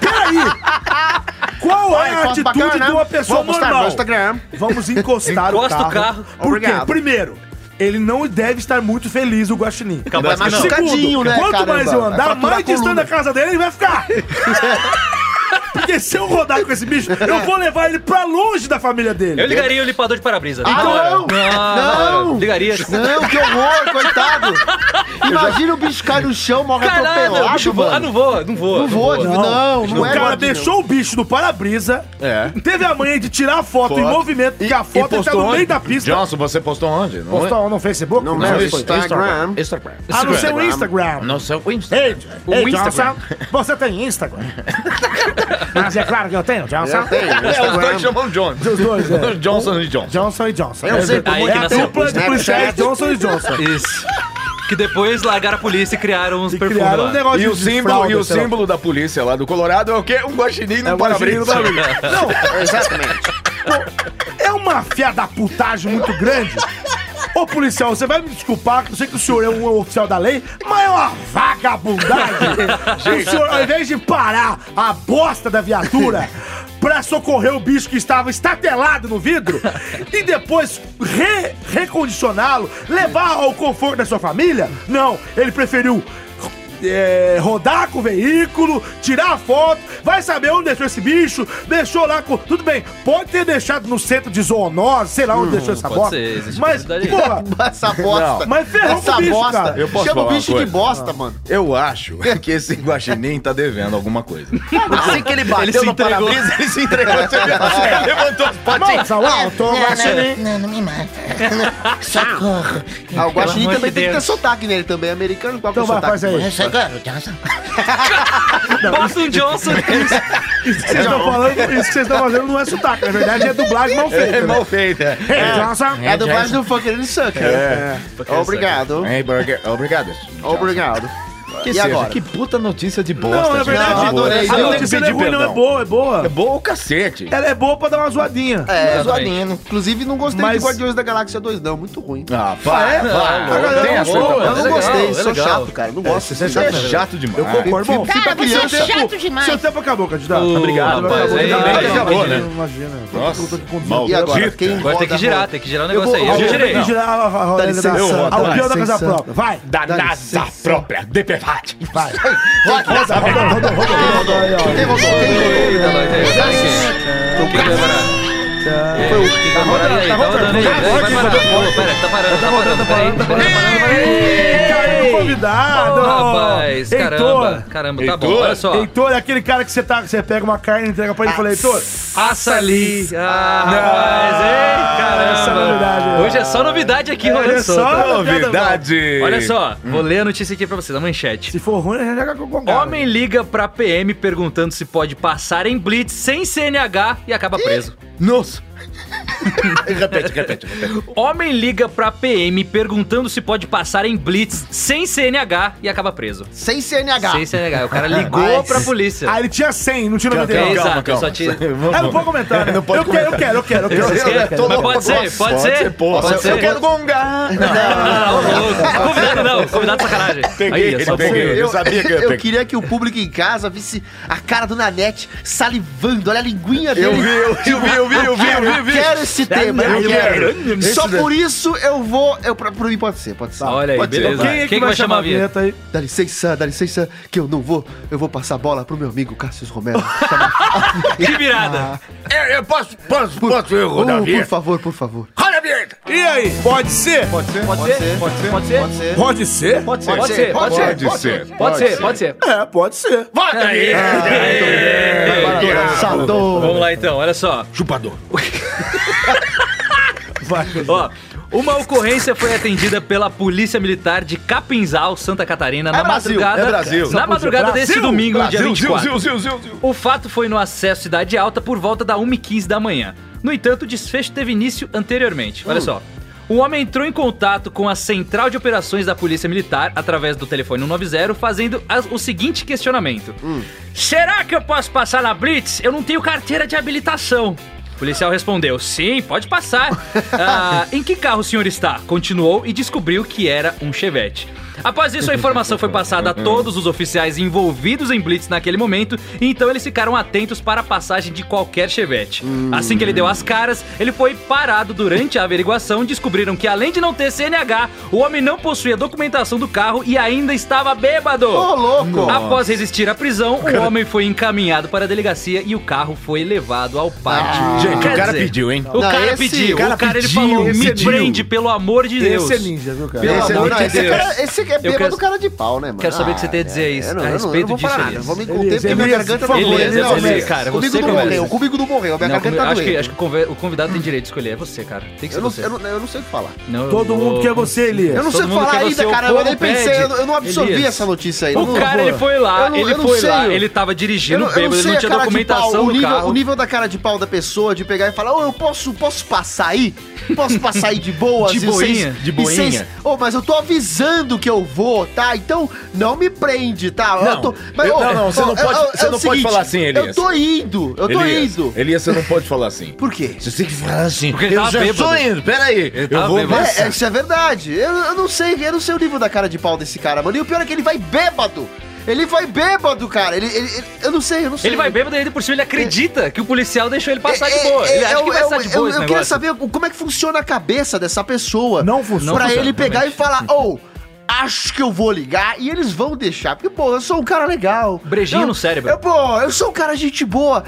Peraí! Qual é a foto atitude bacana. né? de uma pessoa Vou postar no normal? tá Instagram. Vamos encostar o Encosta carro. o carro. Por quê? Obrigado. Primeiro, ele não deve estar muito feliz, o guaxinim. Capaz Vai que não. machucar. Machucadinho, né, quanto caramba? mais eu Vai andar, fraturar a mais distante coluna. da casa dele ele vai ficar. Porque se eu rodar com esse bicho, eu vou levar ele pra longe da família dele. Eu ligaria o limpador de para-brisa. Ah, Agora. não! Ah, Não! Ligaria. Não, que horror, coitado. Imagina o bicho cair no chão, morre Caralho, o bicho atropelado, voa. Ah, mano. não voa, não voa. Não voa, não, não o é. cara guaxinim. deixou o bicho no para-brisa, É. teve a manha de tirar a foto, em Foto. movimento, porque a E foto ele tá no onde? meio da pista. Johnson, você postou onde? Não Postou no Facebook? No Não, meu foi. é Instagram. Instagram. Ah, no seu Instagram. Não sei o Instagram. Ei, ei, Johnson, você tem Instagram? Mas é claro que eu tenho, Johnson. Eu tenho, É, os dois Instagram. chamam Johnson. Os dois, é. Johnson e Johnson. Johnson e Johnson. Eu sei verdade. como é que é a nasceu. dupla de Snapchat. policiais Johnson e Johnson. Isso. Que depois largaram a polícia e criaram uns E perfumes criaram um lá. negócio E o de símbolo, fraude, e o sei lá. símbolo da polícia lá do Colorado é o quê? Um guaxinim É no um guaxinim para-brisa. no para-brisa. Exatamente. É uma fia da putagem muito grande. Ô policial, você vai me desculpar, que eu sei que o senhor é um oficial da lei, mas é uma vagabundagem. o senhor, ao invés de parar a bosta da viatura pra socorrer o bicho que estava estatelado no vidro e depois re- recondicioná-lo, levar ao conforto da sua família, não, ele preferiu é, rodar com o veículo, tirar a foto, vai saber onde deixou esse bicho, deixou lá com. Tudo bem, pode ter deixado no centro de zoonose, sei lá Hum, onde deixou essa pode bosta. ser, existe mas, possibilidade. porra, Essa bosta. mas ferrou Essa com o bicho, bosta. cara. Eu posso Chama o falar uma bicho de coisa? bosta, mano. Eu acho que esse guaxinim tá devendo alguma coisa. Assim que ele bateu Ele se no entregou. para-brisa, ele se entregou. Levantou as patinhas. Nossa, uau, tô então não, não, não me mata. Socorro. Ah, o Guaxinim Pelo amor também de tem que ter Deus. sotaque nele também. Americano, qual que é Então o sotaque? vai, faz aí. Socorro, Johnson. Boston Johnson. Isso que vocês estão falando, isso que vocês estão fazendo não é sotaque, na verdade é dublagem mal feita. É né? mal feito, é. Hey, Johnson. É do mais do Fucker and Sucker. É. Obrigado. Hein, Burger? Obrigado. Obrigado. Que E seja, agora? que puta notícia de bosta. Não, na gente. verdade, Não, adorei. a Eu notícia não é pedi ruim, não, é perdão. boa, é boa. É boa o cacete. Ela é boa pra dar uma zoadinha. É, Eu também. zoadinho. Inclusive, não gostei Mas- de Guardiões da Galáxia 2, não. Muito ruim. Ah, pá, é? Não, Pá, não, tem não, a sua não, também. Eu não legal, gostei, é sou legal. chato, cara. Não gosto. Você é chato demais. Eu concordo, irmão. Fica Cara, você é criança. chato demais. Seu tempo acabou, candidato. Ô, Obrigado, rapaz, acabou, aí- acabou, aí- acabou, né? Imagina. Nossa, E agora? maldito. Quem Agora tem que roda, girar, roda. tem que girar o negócio vou- aí. eu Eu vou- girei. Tem que girar a- a- a- Dá a- licença, a- dá Ao peão da licença. casa própria. Vai. Da Dá NASA licença. própria, DPVAT. Vai. Roda, roda, roda, roda, roda, roda. Quem rodou? Quem rodou? Eita, nós aí, tá aqui. Quem que vai parar? Quem que vai parar aí? Tá rodando aí, vai parar. Pô, Pera, tá parando, tá parando, peraí. Tá parando, Caiu peraí. convidado. Rapaz, caramba, Heitor. caramba, tá bom, Heitor. olha só. Heitor é aquele cara que você tá, que você pega uma carne e entrega pra ele e fala, Heitor, Açali. Ah, rapaz, ei, caramba. essa é novidade. Hoje é só novidade aqui, Olha olha só. só. Novidade. Hum. Olha só, vou ler a notícia aqui pra vocês, a manchete. se for ruim, a gente joga com o Homem liga pra PM perguntando se pode passar em blitz sem CNH e acaba preso. Nossa. repete, repete, repete. Homem liga pra PM perguntando se pode passar em blitz sem CNH e acaba preso. Sem CNH. Sem CNH. O cara ligou Mas- pra polícia. Ah, ele tinha 100, não tinha É, 99. exato, eu só te... Ah, não pode comentar, né? Não pode eu, Quero, eu quero, eu quero, eu quero. Vocês querem? Todo Mas mundo pode ser, gosta. pode ser. Pô, Pode eu ser. quero gongar. Não, não, não. Convidado não, convidado sacanagem. Peguei, Aí, é ele só peguei. boa. Eu sabia que ia eu ter. queria que o público em casa visse a cara do Nanete salivando. Olha a linguinha dele. eu vi, eu vi, eu vi, eu vi, eu vi, eu Eu quero esse tema. Eu quero. Só Esse- por isso eu vou. Eu, pra, pra mim pode ser, pode ser. Olha aí, Pode ser. beleza. Quem é que vai chamar a vinheta? vinheta aí? Dá licença, dá licença, que eu não vou. Eu vou passar a bola pro meu amigo Cássio Romero. Que virada. É, eu posso, posso, posso eu rodar Oh, a por vinheta? favor, por favor. Roda a vinheta! E aí, pode ser? Pode ser? Pode ser? Pode ser? Pode ser? Pode ser? Pode ser? Pode Pode ser, pode ser. Pode ser. Pode ser, pode ser. É, pode ser. Bota aí! Saltou. Vamos lá então, olha só. Chupador. Ó, uma ocorrência foi atendida pela Polícia Militar de Capinzal, Santa Catarina, na É Brasil, madrugada, é Brasil. na madrugada desse domingo, dia 24. Zil, zil, zil, zil. O fato foi no acesso Cidade Alta por volta da 1h15 da manhã. No entanto, o desfecho teve início anteriormente. Olha só. Um homem entrou em contato com a Central de Operações da Polícia Militar através do telefone 190, fazendo as- o seguinte questionamento: Será que eu posso passar na Blitz? Eu não tenho carteira de habilitação. O policial respondeu: Sim, pode passar. "Ah, em que carro o senhor está? Continuou e descobriu que era um Chevette. Após isso, a informação foi passada a todos os oficiais envolvidos em Blitz naquele momento, e então eles ficaram atentos para a passagem de qualquer chevette. Assim que ele deu as caras, ele foi parado durante a averiguação. Descobriram que, além de não ter CNH, o homem não possuía documentação do carro e ainda estava bêbado. Ô, louco. Após resistir à prisão, o homem foi encaminhado para a delegacia e o carro foi levado ao pátio. Ah. Gente, Quer o cara dizer, pediu, hein? O Não, cara esse- pediu, o o cara é cara, pediu, ele falou, me pediu. prende, pelo amor de Deus. Esse é ninja, viu, cara? Pelo Esse, amor não, de esse, Deus. cara, esse é bêbado quero- cara de pau, né, mano? quero saber o que você tem a dizer isso, eu a eu eu respeito vou falar disso, é nada. Elias. Vou me conter Elias, porque minha Elias, garganta por tá favor, doendo. Elias, Não, Elias, Elias, cara, Comigo você não que é o morreu, Elias. comigo não morreu. Minha Não, garganta tá acho, que, doendo. acho que o conve- o convidado tem direito de escolher. É você, cara. Tem que ser Eu não, você. eu, não, eu não sei o que falar. Não, é Todo eu mundo vou- é quer você, Elias. Eu não Todo sei o que mundo falar quer ainda, você, o cara. Eu povo nem pensei, pede. eu, não- eu não absorvi Elias. essa notícia aí. O não- cara, ele foi Eu lá, não- ele eu não foi sei, lá, eu- ele tava Eu dirigindo não, eu não bêbado, sei não, a tinha cara de pau, documentação o, do nível, carro. o nível da cara de pau da pessoa de pegar e falar, ô, eu posso, posso passar aí? Posso passar aí de boas? De e vocês- boinha, de e vocês- boinha. Ô, mas eu tô avisando que eu vou, tá? Então não me prende, tá? Eu Não, tô- mas, eu- ô, não, não, você ô, não é- pode- é- você é o não pode falar assim, Elias. Eu tô indo, eu tô Elias, indo. Elias, você não pode falar assim. Por quê? Você tem que falar assim. Porque ele eu tava já bêbado. tô indo, peraí. Eu tava vou bêbado. passar. É, é, isso é verdade. Eu, eu não sei, eu não sei o nível da cara de pau desse cara, mano. E o pior é que ele vai bêbado. Ele vai bêbado, cara. Ele, ele- ele- eu não sei, eu não sei. Ele vai bêbado e ainda por cima ele acredita que o policial deixou ele passar de boa. É, é, Ele acha eu, que vai eu- passar de boa eu- esse eu queria negócio. saber como é que funciona a cabeça dessa pessoa. Não funciona. Pra Não ele funciona, pegar e falar, ou. acho que eu vou ligar e eles vão deixar. Porque, pô, eu sou um cara legal. Brejinho Eu- no cérebro. Eu, pô, eu sou um cara gente boa.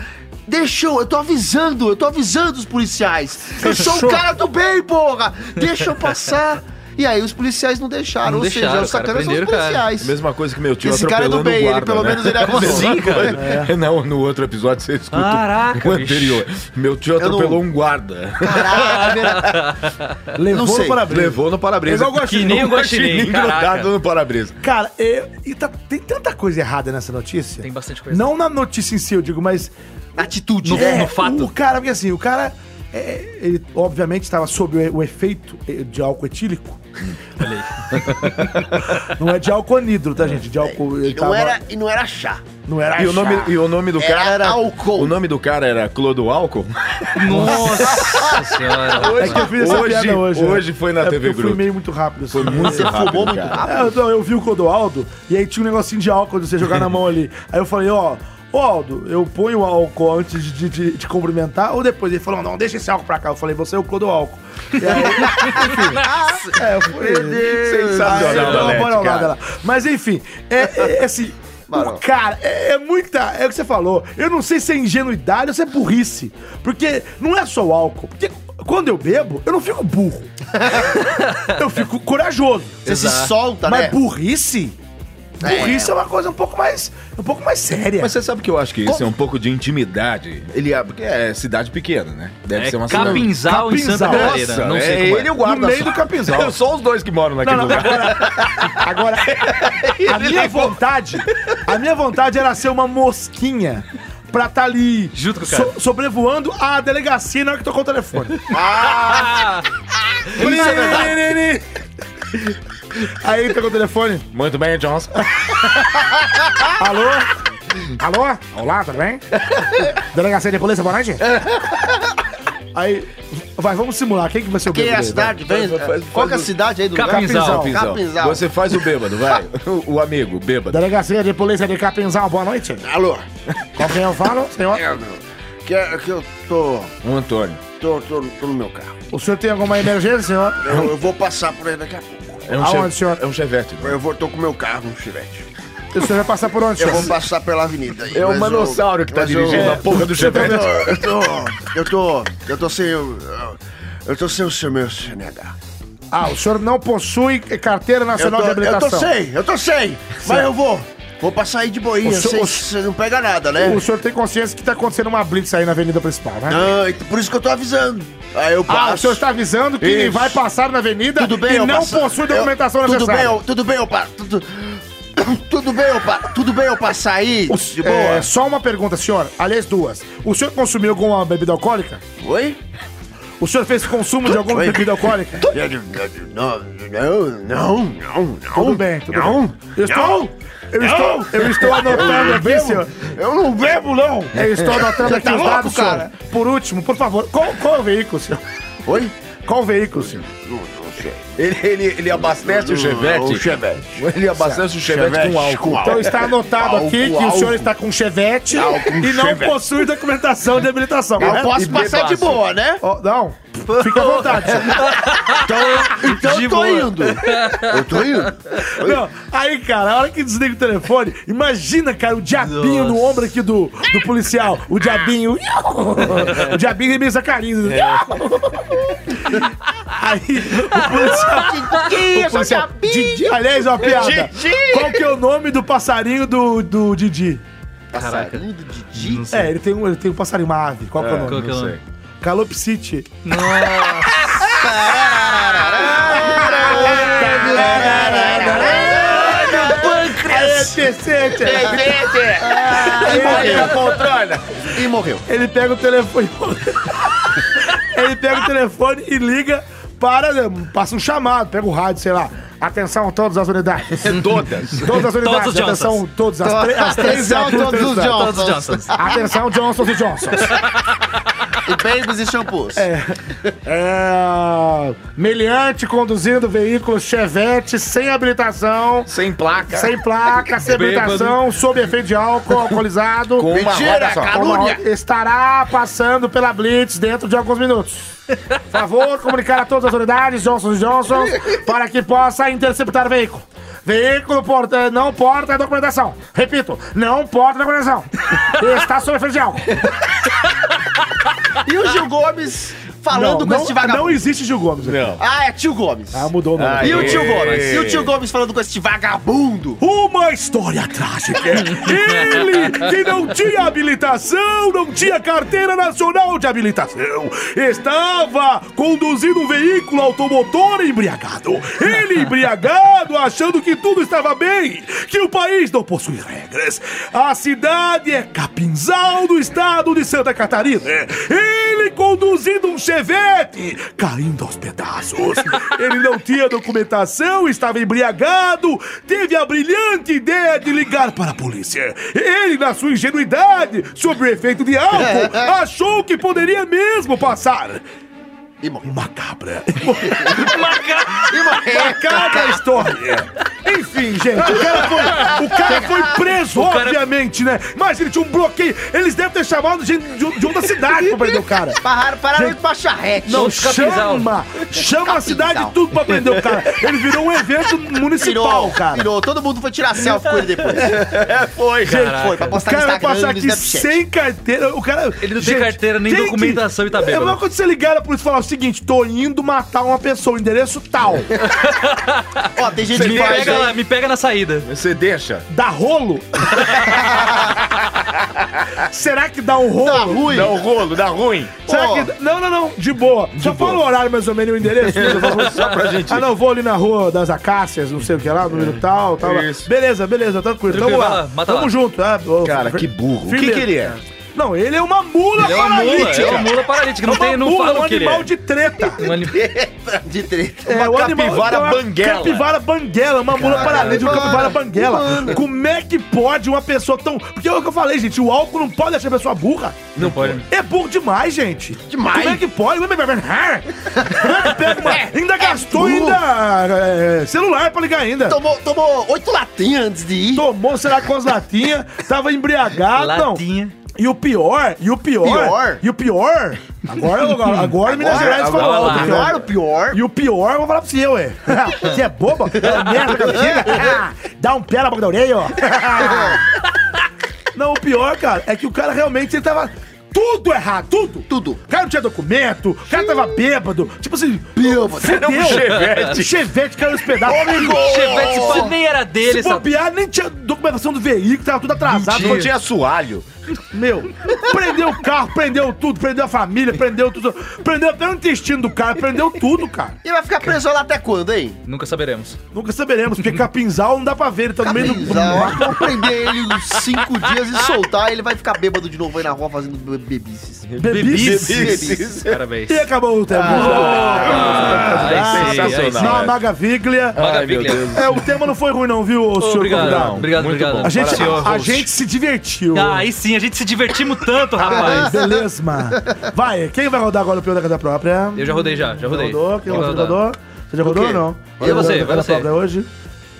Deixa eu, eu tô avisando, eu tô avisando os policiais. Eu sou um cara do bem, porra! Deixa eu passar. E aí os policiais não deixaram, Não ou deixaram, seja, cara, os sacanas são os prenderam o cara. policiais. É Mesma coisa que meu tio Esse cara é atropelando do bem, um guarda, ele pelo né? É, menos ele Como avisou. assim, cara? Não, no outro episódio você escuta Caraca, o anterior. Meu tio não- atropelou um guarda. Caraca, verdade. Levou sei. no para-brisa. Levou no para-brisa. Igual o Que Guaxinim. nem o Guaxinim Guaxinim, caraca. grudado no para-brisa. Cara, eu- e tá- tem tanta coisa errada nessa notícia. Tem bastante coisa. Não na notícia em si, eu digo, mas. Atitude. No- é, no fato. O cara, porque assim, o cara. é, ele obviamente estava sob o, o efeito eh, de álcool etílico. não é de álcool anidro, tá, gente? De álcool. ele E não tava- era, e não era chá. Não era É E o, nome, e o nome do Era cara era. álcool. O nome do cara era Clodoalco. Nossa senhora. É que eu fiz essa Hoje- piada hoje. hoje foi na é porque TV eu fui Grupo. meio muito rápido. Foi assim. muito rápido. cara. É, então, eu vi o Clodoaldo e aí tinha um negocinho de álcool de você jogar na mão ali. Aí eu falei, ó. Ô Aldo, eu ponho o álcool antes de te cumprimentar ou depois? Ele falou, não, deixa esse álcool pra cá. Eu falei, você é o Clodoalco. E aí, enfim, é, eu fui... Aí eu Sensacional, dei uma Alex, banalada cara. lá. Mas enfim, é, é, assim... o Cara, é, é muita. É o que você falou. Eu não sei se é ingenuidade ou se é burrice. Porque não é só o álcool. Porque quando eu bebo, eu não fico burro. eu fico corajoso. Você se solta, Mas né? burrice? Burrice é uma coisa um pouco mais, um pouco mais séria. Mas você sabe que eu acho que isso é um pouco de intimidade. Ele é, porque é cidade pequena, né? Deve É ser uma cidade. Capinzal em Santa Capinzal. Catarina. Não sei como é. ele e o guarda. No meio do capinzal. Só os dois que moram naquele Não, não, lugar. agora, agora, a minha vontade, a minha vontade era ser uma mosquinha pra estar ali Junto com o cara. so- sobrevoando a delegacia na hora que tocou o telefone. Aí ele pegou o telefone. Muito bem, Johnson. Alô? Alô? Olá, tudo bem? Delegacia de polícia, boa noite? Aí, vai, vamos simular. Quem que vai ser o Quem é a bêbado aí, vai? cidade? Vem, Faz- faz- qual que é a faz o- cidade aí do lugar? Capinzal. Capinzal. Capinzal. Você faz o bêbado, vai. O, o amigo, bêbado. Delegacia de polícia de Capinzal, boa noite. Alô? Com quem eu falo, senhor? É, meu. Que, que eu tô, O Antônio. tô, tô, tô no meu carro. O senhor tem alguma emergência, senhor? Eu, eu vou passar por aí daqui a pouco. É um, chev- Aonde, senhor? é um chevette. né? Eu vou, tô com meu carro, um chivete. O senhor vai passar por onde, Eu senhor? vou passar pela avenida aí. É o mas manossauro eu- que tá mas eu- dirigindo a porra do chevette. Eu tô. Eu tô. Eu tô sem. o- Eu tô sem o seu meu CNH. Ah, o senhor não possui carteira Eu nacional tô, de eu tô habilitação. sem, eu tô sem. Mas eu vou. Vou passar aí de boinha. O seu- o- Você não pega nada, né? O senhor tem consciência que tá acontecendo uma blitz aí na avenida principal, né? Ah, então por isso que eu tô avisando. Aí eu Ah, passo. o senhor está avisando que Isso. vai passar na avenida Tudo bem, e eu não passo- possui documentação eu, tudo necessária. Bem, eu, tudo bem, eu passo. Tudo, tudo bem, eu passo. Tudo bem, eu passar aí. De boa. É, só uma pergunta, senhor. Aliás, duas. O senhor consumiu alguma bebida alcoólica? Oi? O senhor fez consumo de alguma Oi? bebida alcoólica? Não, não, não, não, não. Tudo bem, tudo não, bem. Eu estou, eu estou, eu estou anotando aqui, senhor. Eu não bebo, não. Eu estou anotando aqui tá os louco, dados, cara? senhor. Por último, por favor, qual, qual é o veículo, senhor? Oi? Qual o veículo, senhor? Ele, ele, ele abastece o O chevette. chevette. Ele abastece o chevette Chevette com álcool. com álcool. Então está anotado Álcool, aqui que o álcool. senhor está com chevette Álcool, e não chevette. possui documentação de habilitação. Eu correto? posso passar de boa, né? Ó, não, fica à vontade. senhor. Então De eu tô boa. indo. Eu tô indo. Não, aí, cara, a hora que desliga o telefone, imagina, cara, o diabinho no ombro aqui do, do policial. O diabinho. o diabinho meio Zacarias. É. aí, o policial. Que o policial Didi, aliás, uma piada. Qual que é o nome do passarinho do, do Didi? Caraca. Não sei. É, ele tem um, ele tem um passarinho, uma ave. Qual que é o Qual nome? que é o nome? Calopsite. tá E morreu. Ele pega o telefone. ele pega o telefone e liga para. Passa um chamado, pega o rádio, sei lá. Atenção, todas as unidades. Todas. Todas as unidades. Todos os Atenção, todas as, tre- as três Atenção, viaturas todos os trans- Johnsons. Todos os Johnsons. Atenção, Johnson e Johnson. E babies e shampoos. É, meliante conduzindo veículo Chevette sem habilitação. Sem placa. Sem placa, sem Bêbado. habilitação, sob efeito de álcool, alcoolizado. Com uma Mentira, roda só. cara. Uma Calúnia. hora Estará passando pela Blitz dentro de alguns minutos. Por favor, comunicar a todas as unidades, Johnson Johnson, para que possa interceptar o veículo. eh, Veículo porta, não porta documentação. Repito, não porta documentação. Está sob efeito de álcool. E o Gil Gomes falando não, com não, este vagabundo. não existe Gil Gomes. aqui. Não. Ah, é tio Gomes. Ah, mudou o nome. Ai. E o tio Aê. Gomes? E o tio Gomes falando com este vagabundo? Uma história trágica. Ele que não tinha habilitação, não tinha carteira nacional de habilitação, estava conduzindo um veículo automotor embriagado. Ele embriagado, achando que tudo estava bem, que o país não possui regras. A cidade é Capinzal do estado de Santa Catarina. É. Ele conduzindo um chevette, caindo aos pedaços. Ele não tinha documentação, estava embriagado, teve a brilhante ideia de ligar para a polícia. Ele, na sua ingenuidade, sob o efeito de álcool, achou que poderia mesmo passar. E morreu. Uma cabra. E morreu. Cada história. Enfim, gente, o cara foi, o cara foi preso, obviamente, né? Mas ele tinha um bloqueio. Eles devem ter chamado gente de, de outra cidade pra prender o cara. Pararam, pararam ele pra charrete. Não, Os capinzal. chama! Chama a cidade tudo pra prender o cara. Ele virou um evento virou, municipal, cara. virou. Todo mundo foi tirar selfie com ele depois. Foi, cara. Gente, foi, pra O postar cara no vai Instagram passar e no aqui Snapchat. sem carteira. O cara. Ele não tem carteira, nem tem documentação e tá É bêbado. igual quando você ligar pra polícia e falar o seguinte: tô indo matar uma pessoa, endereço tal. Ó, tem gente Me que faz pega, aí. lá, me pega na saída. Você deixa. Dá rolo? Será que dá um rolo? Tá ruim. Dá o rolo, dá ruim. Será Ó. que. Não, não, não. De boa. Só fala o horário mais ou menos e o endereço. né? Só pra gente. É. Ah, não, vou ali na rua das Acácias, não sei o que lá, número tal, tal. lá. Isso. Beleza, beleza, tranquilo. Tranquilo, Tamo vai lá. lá, mata Tamo lá. junto. Ah, ô, Cara, que burro. O que Firmeza. que ele é? Não, ele é uma mula É uma mula, paralítica. é uma mula paralítica. Não, É uma tem, não mula, é fala um o que ele animal é. de treta. Um anim- De treta. É, o animal- capivara então, é uma banguela. Capivara banguela, uma mula paralítica, uma mano, capivara banguela. Como é que pode uma pessoa tão. Porque é o que eu falei, gente, o álcool não pode deixar a pessoa burra. Não pode. É burro demais, gente. Demais. Como é que pode? Como é que pega uma- Ainda gastou burro. Então, ainda é, celular pra ligar ainda. Tomou, tomou oito latinhas antes de ir. Tomou, será que com as latinhas? Tava embriagado. não. Latinha. E o pior, e o pior, Pior? e o pior. Agora, agora, agora Minas Gerais agora falou. lá. alto, né? Pior, o pior. E o pior, eu vou falar pra você, ué. Você é boba? É merda que eu diga? Dá um pé na boca da orelha, ó. Não, o pior, cara, é que o cara realmente ele tava tudo errado, tudo. Tudo. O cara não tinha documento, o cara tava bêbado. Tipo assim, Bêbado. fudeu. Era um chevette. Chevette caiu nos pedaços. Chevette, esse pano nem era dele, Se essa bobear, nem tinha documentação do veículo, tava tudo atrasado. Não tinha assoalho. Meu, prendeu o carro, prendeu tudo, prendeu a família, prendeu tudo. Prendeu até o intestino do cara, prendeu tudo, cara. E vai ficar preso lá até quando, hein? Nunca saberemos. Nunca saberemos, porque capinzal não dá pra ver, ele tá no meio do. Capinzal. Vão prender ele uns cinco dias e soltar. Ele vai ficar bêbado de novo aí na rua fazendo be- bebices. é Bebice. Bebice. Parabéns. E acabou o Ah, tema. Ah, aí sim, aí sim. Não, a Maga Viglia. Paga Big Leão. É, o tema não foi ruim, não, viu, ô, senhor Obrigado, convidado? obrigado, Muito obrigado. bom. A gente, Senhor a host. gente se divertiu. Ah, aí sim, a gente se divertimos tanto, Ai, rapaz. beleza, mano. Vai, quem vai rodar agora o peão da casa própria? Eu já rodei já, já rodei. Rodou, quem Vou você rodar. rodou? Você já rodou ou não? Eu Rodou você, da vai casa você. própria hoje?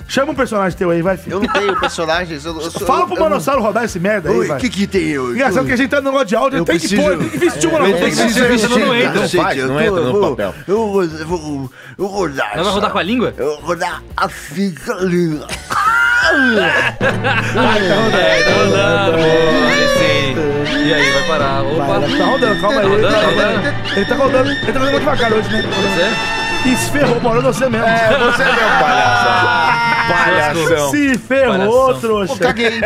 Chama um personagem teu aí, vai, filho. Eu não tenho personagens. Eu, eu sou, Fala eu- pro eu não- Manossauro rodar esse merda aí, Oi, o vai. que que tem eu? Engraçado que a gente tá no negócio de áudio, tem que pôr, tem que vestir o tem Manossauro. que vestir. não entra. Não faz, não entra no papel. Eu vou, eu vou, eu vou rodar. Ela vai rodar só. com a língua? Eu vou rodar a fica linda. É, tá rodando. Aí sim. E aí, vai parar. Opa. Vai, tá rodando, calma aí. Ele tá rodando, ele tá rodando, ele tá rodando devagar hoje, né? Você? E se ferrou, morou você mesmo. É, você é meu palhação. Palhação. Se ferrou, Palhação. trouxa. Caguei.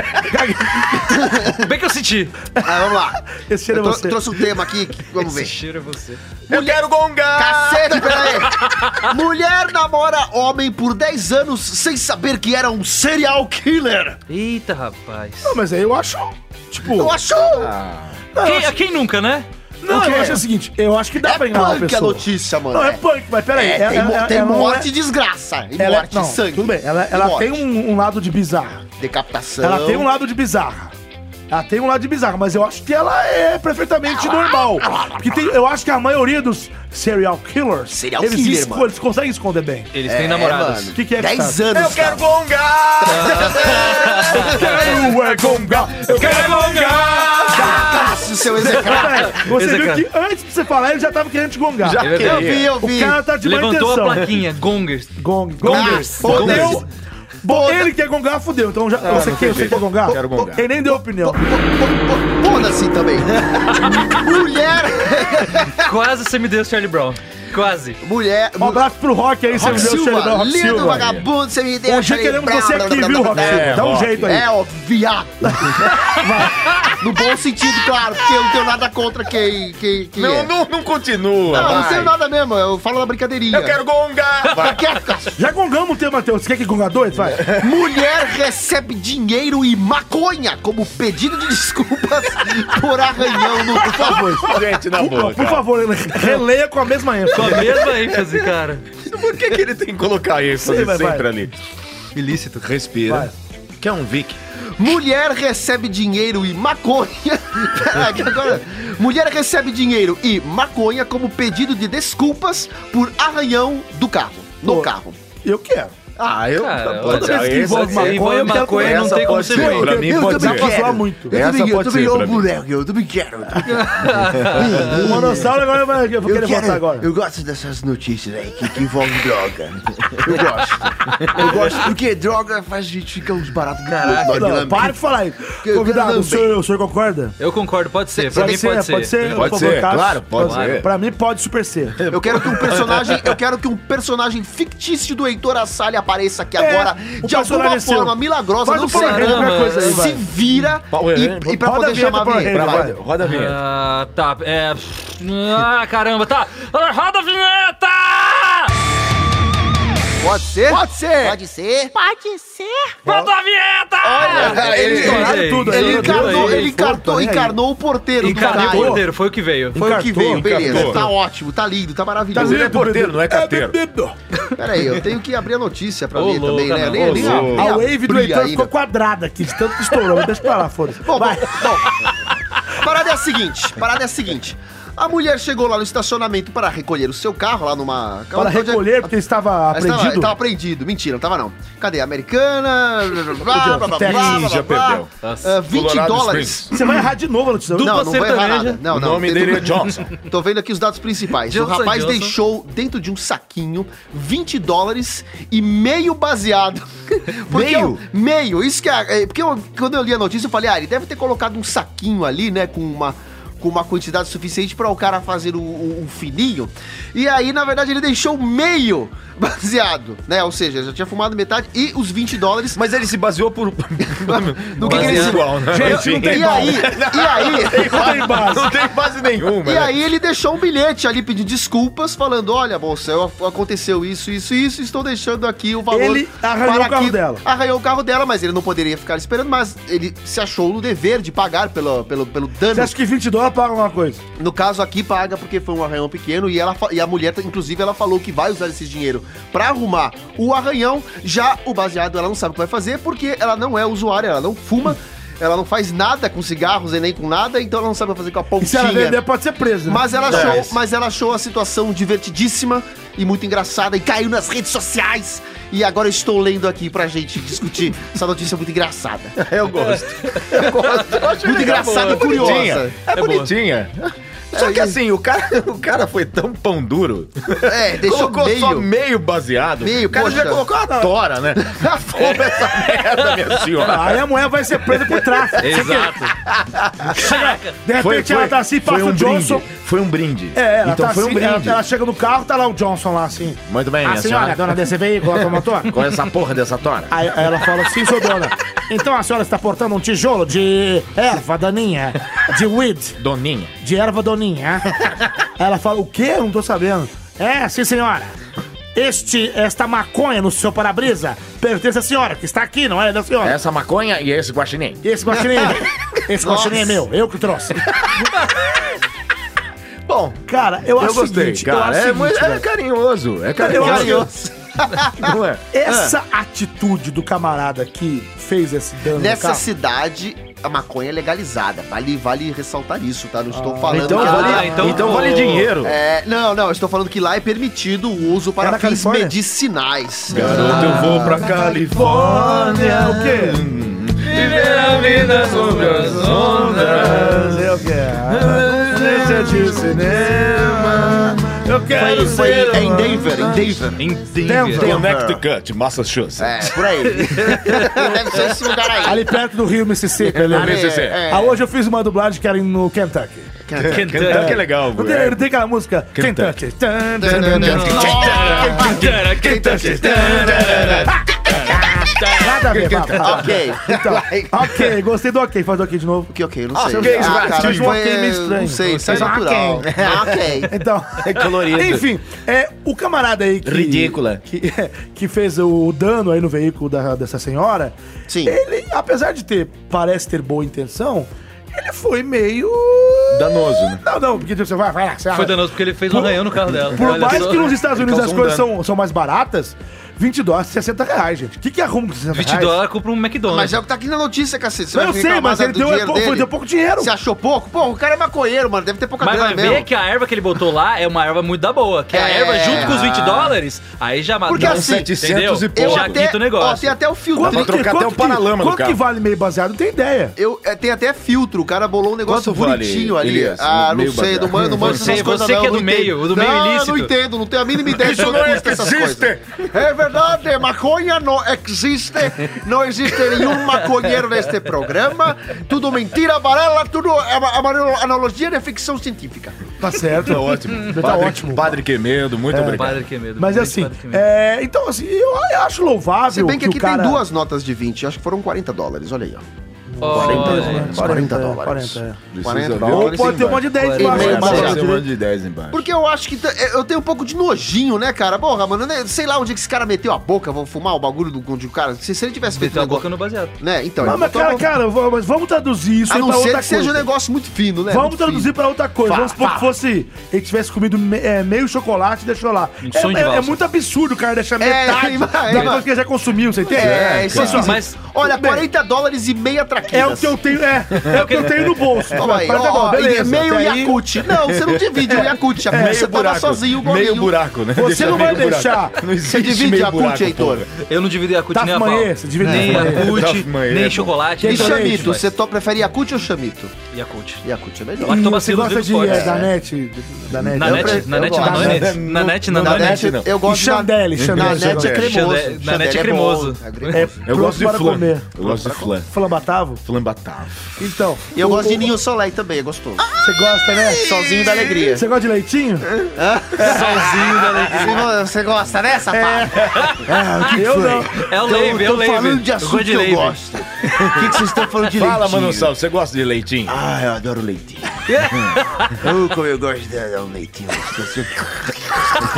Bem que eu senti. Ah, vamos lá. Esse cheiro Eu é tro- você. trouxe um tema aqui, que- vamos Esse ver. cheiro é você. Eu quero gongar. Cacete, peraí. Mulher namora homem por 10 anos sem saber que era um serial killer. Eita, rapaz. Não, mas aí eu acho. Tipo, Eu acho. tá, Quem, quem nunca, né? não, eu acho o seguinte, eu acho que dá é pra enganar uma punk a pessoa. notícia, mano. Não, é punk, mas peraí. É, ela- tem, mo- ela- tem ela não é- morte e desgraça. E ela, é- morte e não, sangue. Tudo bem, ela, E ela morte. tem um, um lado de bizarra. Decapitação. Ela tem um lado de bizarra. Ela tem um lado de bizarra, mas eu acho que ela é perfeitamente normal. Porque tem, eu acho que a maioria dos serial killers, Serial eles, killer, esco- mano. eles conseguem esconder bem. Eles têm namorados. O que, que é que 10 tá? anos. Eu quero Eu é gonga, eu quero gongar. Cássio, Tá, seu execrável. é. Você viu Execrado. que antes de você falar, ele já tava querendo te gongar. Já Eu queria. Eu vi, eu O vi. cara tá de má né? Levantou a intenção. plaquinha. Gongers. Gong, Gongers. Fodeu. Gongers. Bom, ele quer gongar, fudeu. Então já, você, não quer, tem você jeito. quer gongar? Quero gongar. Ele nem deu opinião. Foda-se também. mulher. Quase você me deu Charlie Brown. Quase. Mulher. Um abraço pro Rock aí, você me Rock deu o Silva, Xeridão, Rock lindo Silva. vagabundo, você me deu Hoje Charlie queremos Brown, você blá, aqui, blá, viu, blá, Rock blá, Silva? É, Dá um Rock. jeito aí. É, ó, viado. no bom sentido, claro, porque eu não tenho nada contra quem. quem, quem é. Não, não, não continua. Não, não vai. tenho nada mesmo, eu falo na brincadeirinha. Eu quero gongar. Tá Vai. Quer ficar Já gongamos o teu, Matheus. Você quer que gonga doido? É. Vai. Mulher recebe dinheiro e maconha como pedido de desculpas por arranhão no por favor. Gente, na Por, boa. por favor, releia com a mesma Com ênfase. a mesma ênfase, cara. Por que, que ele tem que colocar isso Sei, vai, sempre vai. ali? Ilícito. Respira. Vai. Quer um Vic? Mulher recebe dinheiro e maconha. Aqui agora. Mulher recebe dinheiro e maconha como pedido de desculpas por arranhão do carro. No Pô. carro. Eu quero. Ah, eu. Cara, pode olha, ser. é esse Essa- envolve maconha, envolve eu quero maconha, comer não essa tem como pode ser ser. ruim. Pra mim pode também ser. posso falar muito. Essa pode ser pra mim. mulher, eu também quero. Eu, também O Monossauro agora vai. Eu vou querer voltar agora. eu gosto dessas notícias aí que, que envolvem droga. Eu gosto. Eu gosto porque droga faz a gente ficar uns baratos né, Caraca. Nós Não, lambemos. para de falar isso. eu Convidado, quero o senhor, o senhor concorda? Eu concordo, pode ser. Pra mim pode ser. Pode ser, é, Pode por ser, favor, Cássio? claro, pode ser. Pra mim pode super ser. Eu quero que um personagem, eu quero que um personagem fictício do Heitor Assalha apareça aqui É, agora o de alguma personagem seu. forma milagrosa, Faz não um Power sei. Ranger, mano. alguma coisa aí, Se vai. vira Power e, Ranger. e pra Roda a poder vinheta, chamar a Power vinheta. Ranger, vai. vai. Roda a vinheta. Ah, tá. É. Ah, caramba, tá. Ah, Roda a vinheta! Pode ser? Pode ser. Pode ser? Pode ser? Roda a vinheta! Olha, ele- ele- tudo aí, Ele Ele encarnou, aí, ele ele encartou, foi, tá encarnou o porteiro Encarnei do o caralho. porteiro, foi o que veio. Foi o que veio, beleza. encartou. Tá ótimo, tá lindo, tá maravilhoso. Ele é porteiro, não é carteiro. bebido. Pera aí, eu tenho que abrir a notícia pra Ô, ver também, louca, né? não, Nem, ô, nem, louca. nem A wave do abri Heitor ainda. ficou quadrada aqui, de tanto que estourou. mas Deixa pra lá, foda-se. Bom, Vai. bom, bom. Parada é a seguinte, parada é a seguinte. A mulher chegou lá no estacionamento para recolher o seu carro, lá numa... Para onde é- recolher, porque estava Mas tava, aprendido. tava aprendido. Mentira, não tava não. Cadê? Americana. blá, blá, blá, blá, blá, blá, blá, já perdeu. Ah, 20 Colorado dólares. Springs. Você vai errar de novo a notícia. Du- Não, Dupla não vai errar sertaneja. nada. Não, O não. nome tem dele é dupla- Johnson. Tô vendo aqui os dados principais. Johnson, o rapaz Johnson. deixou dentro de um saquinho 20 dólares e meio baseado. Porque Meio? eu- meio. Isso que é, é, porque eu- quando eu li a notícia eu falei, ah, ele deve ter colocado um saquinho ali, né, com uma com uma quantidade suficiente para o cara fazer o, o- o fininho. E aí, na verdade, ele deixou meio baseado, né? Ou seja, já tinha fumado metade e os 20 dólares Mas ele se baseou por. no que, que ele Baseado. Igual, né? Gente, não Enfim. tem E aí, e aí, Não tem base. Não tem base nenhuma. e né? aí ele deixou um bilhete ali pedindo desculpas, falando: olha, moça, eu- aconteceu isso, isso, isso, estou deixando aqui o valor. Ele arranhou para o carro que- dela. Arranhou o carro dela, mas ele não poderia ficar esperando, mas ele se achou no dever de pagar pelo, pelo, pelo Você dano. acha que 20 dólares paga alguma coisa? No caso aqui, paga porque foi um arranhão pequeno e, ela, fa- e a mulher, inclusive, ela falou que vai usar esse dinheiro pra arrumar o arranhão. Já o baseado, ela não sabe o que vai fazer porque ela não é usuária, ela não fuma. Ela não faz nada com cigarros e nem com nada, então ela não sabe o que fazer com a E se ela pontinha. vender, pode ser presa. né? Mas ela, É, achou, esse- mas ela achou a situação divertidíssima e muito engraçada e caiu nas redes sociais. E agora eu estou lendo aqui pra gente discutir essa notícia muito engraçada. É, Eu gosto. Eu gosto. muito engraçada e curiosa. É, bonitinha. Só que É, assim, o cara, o cara foi tão pão duro. É, deixou colocou meio. só meio baseado. Meio, o cara já poxa. É, colocou a tora, né? Fuma essa merda, minha senhora. Aí a mulher vai ser presa por tráfico. Exato. Caraca. De repente ela tá assim, passa É, foi um o Johnson. brinde. Foi um brinde. É, ela então tá foi assim, um brinde. ela, ela chega no carro, tá lá o Johnson lá assim. Muito bem, A senhora, dona desse veículo automotor? Com é essa porra dessa tora. Aí aí ela fala, sim, sou dona. Então a senhora está portando um tijolo de erva daninha, de É. weed, Doninha. de erva doninha. Aí ela fala, o quê? Eu não tô sabendo. É, sim, senhora. Este, esta maconha no seu para-brisa pertence à senhora, que está aqui, não é da senhora? Essa maconha e esse guaxinim. Esse guaxinim é meu. Esse guaxinim é meu, eu que trouxe. Bom, Cara, eu, eu acho o gostei, seguinte, eu cara. acho o É, seguinte, mas é velho. carinhoso. É carinhoso. Carinhoso. Não é? Essa atitude do camarada que fez esse dano no Nessa carro, cidade, a maconha é legalizada. Vale, vale ressaltar isso, tá? Não estou falando Então, que vale, lá- então- então, vale dinheiro. É, não, não, eu estou falando que lá é permitido o uso É para na fins Califórnia? medicinais. Garoto, eu vou pra Califórnia. o quê? Viver a vida sobre as ondas. é. Eu quero. Deixa de cinema. Eu Eu quero foi, né, ser- Foi em Denver, em Denver. Em Denver. é tá? Connecticut, Massachusetts. É, por aí. Deve ser esse lugar aí. Ali perto do Rio Mississippi. Ali, ali. Mississippi. É. Ah, hoje eu fiz uma dublagem que era no Kentucky. Kentucky. Kentucky é legal, Não tem, é. não tem aquela música? Kentucky. Kentucky. Tan, tan, tan, Nossa. Kentucky. Tan, tan. Nada a ver, vá, vá. Ok. Então, ok, gostei do ok. Faz o ok de novo. Que ok, eu não Ah, sei. ok, ah, Smart, cara, fez um foi- ok meio estranho. Não sei, sai Fez um natural. ok. Ah, ok. Então. É colorido. Enfim, é, o camarada aí que. Ridícula. Que, é, que fez o dano aí no veículo da- dessa senhora. Sim. Ele, apesar de ter. Parece ter boa intenção, ele foi meio. Danoso, né? Não, não, porque tipo, você vai, vai lá, você Foi arra- danoso porque ele fez um arranhão no carro dela. Por Olha mais só. que nos Estados Unidos as causou um coisas são, são mais baratas, 20 dólares, 60 reais, gente. O que, que arruma com 60 reais? 20 dólares compra um McDonald's. Mas é o que tá aqui na notícia, cacete. Você Não, vai eu vir sei, reclamar mas da- ele do deu, dinheiro pouco, dele? deu pouco dinheiro. Você achou pouco? Pô, o cara é maconheiro, mano. Deve ter pouca Mas vai grana ver mesmo. que a erva que ele botou lá é uma erva muito da boa. Que a É. erva junto com os 20 dólares, aí já matou. Porque Não, assim, 700 e Eu pouco. já quita o negócio. Ó, tem até o filtro. Quanto pra que- trocar até quanto o paralama do que, Quanto que carro. vale meio baseado? Não tem ideia. Eu, é, tem até filtro, o cara bolou um negócio Quanto vale, bonitinho ali. Elias? ah, não Meio sei, não manjo, não manjo Você- essas coisas você não, que é do não entendo. meio, do meio não, ilícito. não entendo, não tenho a mínima ideia de Isso quanto não custa essas existe. coisas. É verdade, maconha não existe, não existe nenhum maconheiro neste programa, tudo mentira, varela, tudo é uma, é uma analogia de ficção científica. Tá certo. Tá ótimo. É. Tá Padre, ótimo. Padre Quemedo, muito obrigado. Padre que medo. Mas Muito assim, padre que medo. é, então assim, eu, eu acho Se louvável bem que o aqui cara- tem duas notas de 20, acho que foram 40 dólares, olha aí, ó. Olha, 40 dólares, 40 é, né? dólares. 40, Precisa 40 ver. é. Ou dólares. pode ter um monte de 10 Quarenta. embaixo. É, Mas- mas- precisa mas- ser um monte de 10 embaixo. Porque eu acho que. t- Eu tenho um pouco de nojinho, né, cara? Porra, mano, né, sei lá onde que esse cara meteu a boca, vão fumar o bagulho do, onde o cara. Se, se ele tivesse feito Meteu um a boca negócio. no baseado. Né, então. Não, ele mas botou cara, a boca- cara, vamos- mas vamos traduzir isso a aí não pra ser outra que seja um coisa. negócio muito fino, né? Vamos Muito traduzir fino. pra outra coisa. Fá, Vamos supor fá. que fosse. Ele tivesse comido me- é, meio chocolate e deixou lá. Um É, sonho de é- é valsa. muito absurdo o cara deixar é, metade é, da é, coisa que ele já consumiu, você entende? É, isso Claro. é esquisito. Mas- Olha, tudo bem. 40 dólares e meia traquina. É o que eu tenho, é, é o que eu tenho no bolso. Toma aí, ó, Quarenta ó, dólares, e- meio Até aí, É, Yakut. Não, você não divide o Yakut, amigo. você tava sozinho, meio golinho. buraco, né? Você não vai meio deixar. buraco. Não Você existe divide meio a buraco, Yakut, Heitor. porra. Eu não dividi Yakut Taff nem a pau. Manhã, você divide nem Taff Manhã. Yakut, Taff Manhã, nem bom. chocolate, E nem chamito, chocolate. você to- prefere Yakut ou chamito? Yakut. Yakut é melhor. E Lactobacillus Você gosta vírus de forte. é, da net? Da net. Na Eu net, pre- na eu net, gosto. na Na net, net, na net, no- na Na na net. net, não. eu gosto E na, Chandelle, na Chandelle, net é Chandelle. cremoso. é Chandelle- na net é bom, cremoso. cremoso. É, Eu gosto de para flan. comer. Eu gosto de flan. Flambatavo? Flambatava. Então. E eu o- gosto de o- ninho solé também, é gostoso. Você gosta, né? Sozinho da alegria. Você gosta de leitinho? Sozinho da alegria. Ah, Você gosta, né, safado? Eu não. É o Lave, é o Estão Lave. falando de Eu gosto assunto que Lave. eu gosto. O que que vocês estão falando de Fala, leitinho? Mano Salve, você gosta de leitinho? Ah, eu adoro leitinho. oh, como eu gosto de dar um leitinho.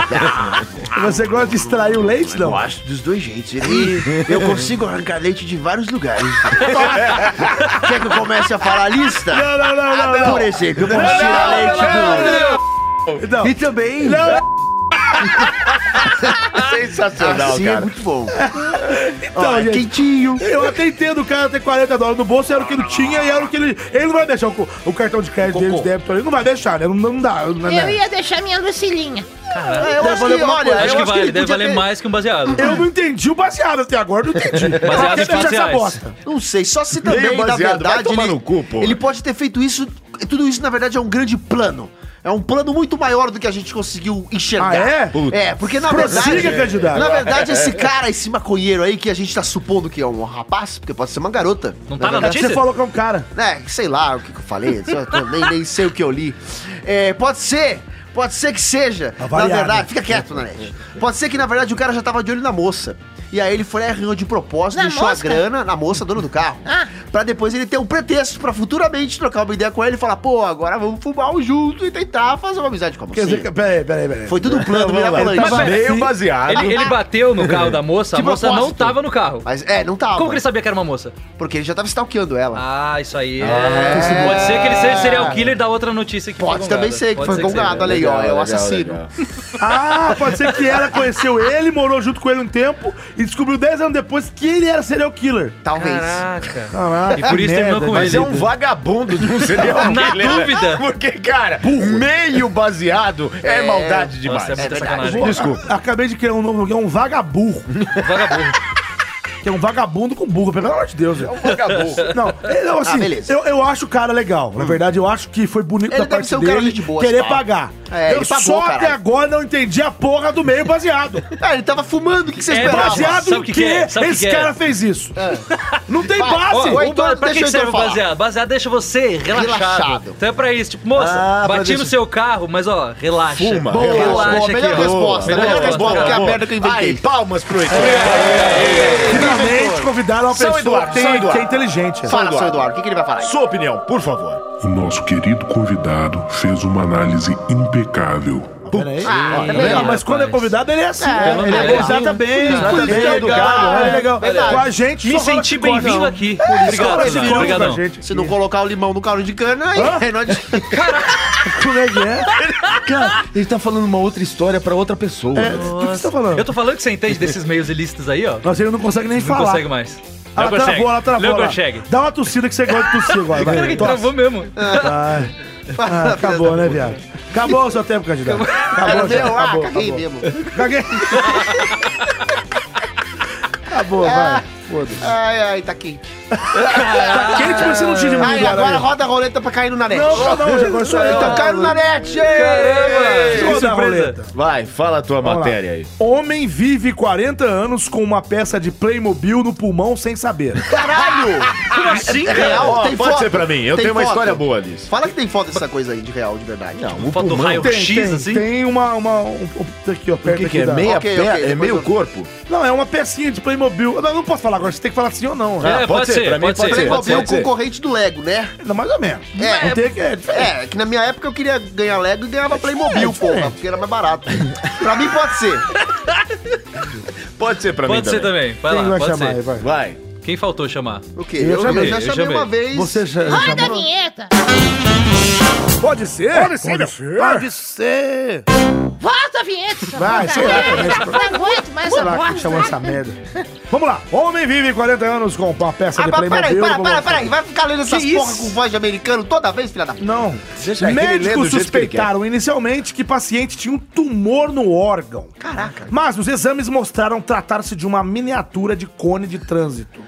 Então. Você gosta de extrair o leite, Eu não? gosto dos dois jeitos. Ele- eu consigo arrancar leite de vários lugares. Quer que eu comece a falar a lista? Ah, Não, não, não, não. não. Por exemplo, eu posso Tirar tirar leite Não. leite. E também. Sensacional, Assim é cara. muito bom. Então, Ó, é gente, quentinho. Eu até entendo o cara ter 40 dólares no bolso, era o que ele tinha e era o que ele. Ele não vai deixar o, co- o cartão de crédito dele, de débito, ele não vai deixar, né? Não, não dá. Não, Eu né? ia deixar minha Lucilinha. É, eu acho que, olha, eu Acho que ele vale, deve podia valer ter- mais que um baseado. Eu não entendi o baseado até agora, eu não entendi. Baseado Pra em que deixar fatos essa reais. bosta? Não sei, só se também, Meio na baseado, vai verdade, tomar ele, no cu, porra. ele pode ter feito isso. Tudo isso, na verdade, é um grande plano. É um plano muito maior do que a gente conseguiu enxergar. Ah, é? Puta. É, porque na Prossiga, verdade. candidato. Na verdade, esse cara, esse maconheiro aí, que a gente tá supondo que é um rapaz, porque pode ser uma garota. Não tá na verdade. Você notícia? falou que é um cara. É, sei lá o que, que eu falei, só que eu nem, nem sei o que eu li. É, pode ser, pode ser que seja. Tá variado. Na verdade, fica quieto, Nanete. Pode ser que, na verdade, o cara já tava de olho na moça. E aí ele foi lá e arranhou de propósito, Na deixou mosca? a grana na moça, dona do carro. Ah. Pra depois ele ter um pretexto pra futuramente trocar uma ideia com ela e falar, pô, agora vamos fumar um junto e tentar fazer uma amizade com a Quer mocinha. dizer, que- peraí, peraí, peraí. Foi tudo um plano, mirabolante. ele tava- Mas- Meio Sim. baseado. Ele, ele bateu no carro da moça, a De moça não propósito. tava no carro. Mas é, não tava. Como que ele sabia que era uma moça? Porque ele já tava stalkeando ela. Ah, isso aí. é. Pode ser que ele seja o serial killer da outra notícia que Pode foi também gongada. ser que Pode foi seja. né, gongado, olha aí, ó, é o legal, assassino. legal. Ah, pode ser que ela conheceu ele, morou junto com ele um tempo e descobriu 10 anos depois que ele era serial killer. Talvez. Caraca. Caraca, E por isso merda, terminou com Mas ele. é um vagabundo de um serial Na killer, né? dúvida. Porque, cara, meio baseado é, maldade demais. Nossa, é muita sacanagem. Pô, Desculpa. a- Acabei de criar um novo lugar, um vagaburro. Vagabundo. Que é um vagabundo com burro, pelo amor de Deus. velho. Vagabundo. Não, é, não, assim, Ah, beleza. Hum. eu, eu acho o cara legal. Na verdade, eu acho que foi Ele bonito da deve parte ser um dele cara gente boa, querer tá? pagar. É, eu ele pagou, só até caralho. agora não entendi a porra do meio baseado. Ah, ele tava fumando, o que você É, esperava? baseado Baseado Sabe no o que, que que é? Sabe o que esse que é? cara fez isso? Não tem Vai, base. ó, Ô, então Eduardo, pra deixa que eu serve o falar. baseado? Baseado deixa você relaxado. Relaxado. Então é pra isso, tipo, moça, Ah, pra bati deixar- no seu carro, mas ó, relaxa. Fuma, Boa, relaxa. relaxa. Boa, aqui, melhor ó. resposta, melhor resposta, que é a boa. merda que eu inventei. Aí, palmas pro Heitor. Finalmente convidaram uma São pessoa Eduardo, que, São tem, Eduardo. que é inteligente. Tá Fala, seu Eduardo, o que, que ele vai falar? aí? Sua opinião, por favor. O nosso querido convidado fez uma análise impecável. Ah, Não, é, mas quando é convidado, ele é assim. É, ele ele é é bonzinho. Exatamente. Exatamente, Ele educado, é educado. né? Ele é legal. Verdade. Com a gente, Me só rola senti psicose, bem-vindo não. aqui. Só Obrigado, rola Eduardo. psicose Obrigadão. pra gente. Se não colocar o limão no caldo de cana, aí não adianta. Como é que é? Cara, ele tá falando uma outra história pra outra pessoa. É, Do que você tá falando? Eu tô falando que você entende desses meios ilícitos aí, ó. Nossa, ele não consegue nem Não falar. consegue mais. Não Ela consegue. travou, ela travou. Não lá. consegue. Dá uma tossida que você gosta de tossir agora. vai. Cara, que Tosse. travou mesmo. Ai. Ah, acabou, né, viado? Acabou o seu tempo, candidato. Era Acabou, já. meu, ah, Acabou, caguei acabou. mesmo. Caguei. Acabou, vai. Ah. Ai, ai, tá quente. Tá quente, mas você não tinha Ai, diminuído agora agora. roda a roleta pra cair no narete. Não, não, não, um já começou. então caiu no narete! Show da surpresa. roleta. Vai, fala a tua lá. matéria aí. Homem vive 40 anos com uma peça de Playmobil no pulmão sem saber. Caralho! Como assim, cara? Real, É, Ó, tem pode foto? ser pra mim, eu Tem tenho uma foto? história boa, Alice. Fala que tem foto dessa coisa aí de real, de verdade. Não. Foto do Tem, raio-x, tem, assim? tem uma, uma um, um- aqui, ó, O perto que, que aqui é? da- Meia Ok, pé? ok, é depois meio eu- corpo? Não, é uma pecinha de Playmobil. Eu Não, não posso falar agora, você tem que falar sim ou não, né? É, pode ser, pra mim pode ser, pode Playmobil ser. com corrente do Lego, né? Não, mais ou menos. É. não tem que... É, diferente. É, que na minha época eu queria ganhar Lego e ganhava Playmobil, é diferente. porra, porque era mais barato. pra mim pode ser. Pode ser pra mim Pode ser também. também. Vai Quem lá, vai pode chamar aí, ser. vai. Vai. Quem faltou chamar? O quê? Eu Eu, chamei, eu já eu chamei chamei. uma vez. Você já, já Roda a chamou? vinheta! Pode ser? Pode ser. Pode ser. Volta a vinheta! seu Vai, porcaria. sei lá, também, esse Não aguento mais Sei essa lá que né? chamou bosta. essa merda. Vamos lá. Homem vive 40 anos com uma peça de Agora, Playmobil. peraí, para, no para, pulmão. peraí. Vai ficar lendo essas Que porra isso? com voz de americano toda vez, filha da puta. Não. Deixa ele ler do Médicos jeito que ele suspeitaram inicialmente que paciente tinha um tumor no órgão. Caraca. Mas os exames mostraram tratar-se de uma miniatura de cone de trânsito.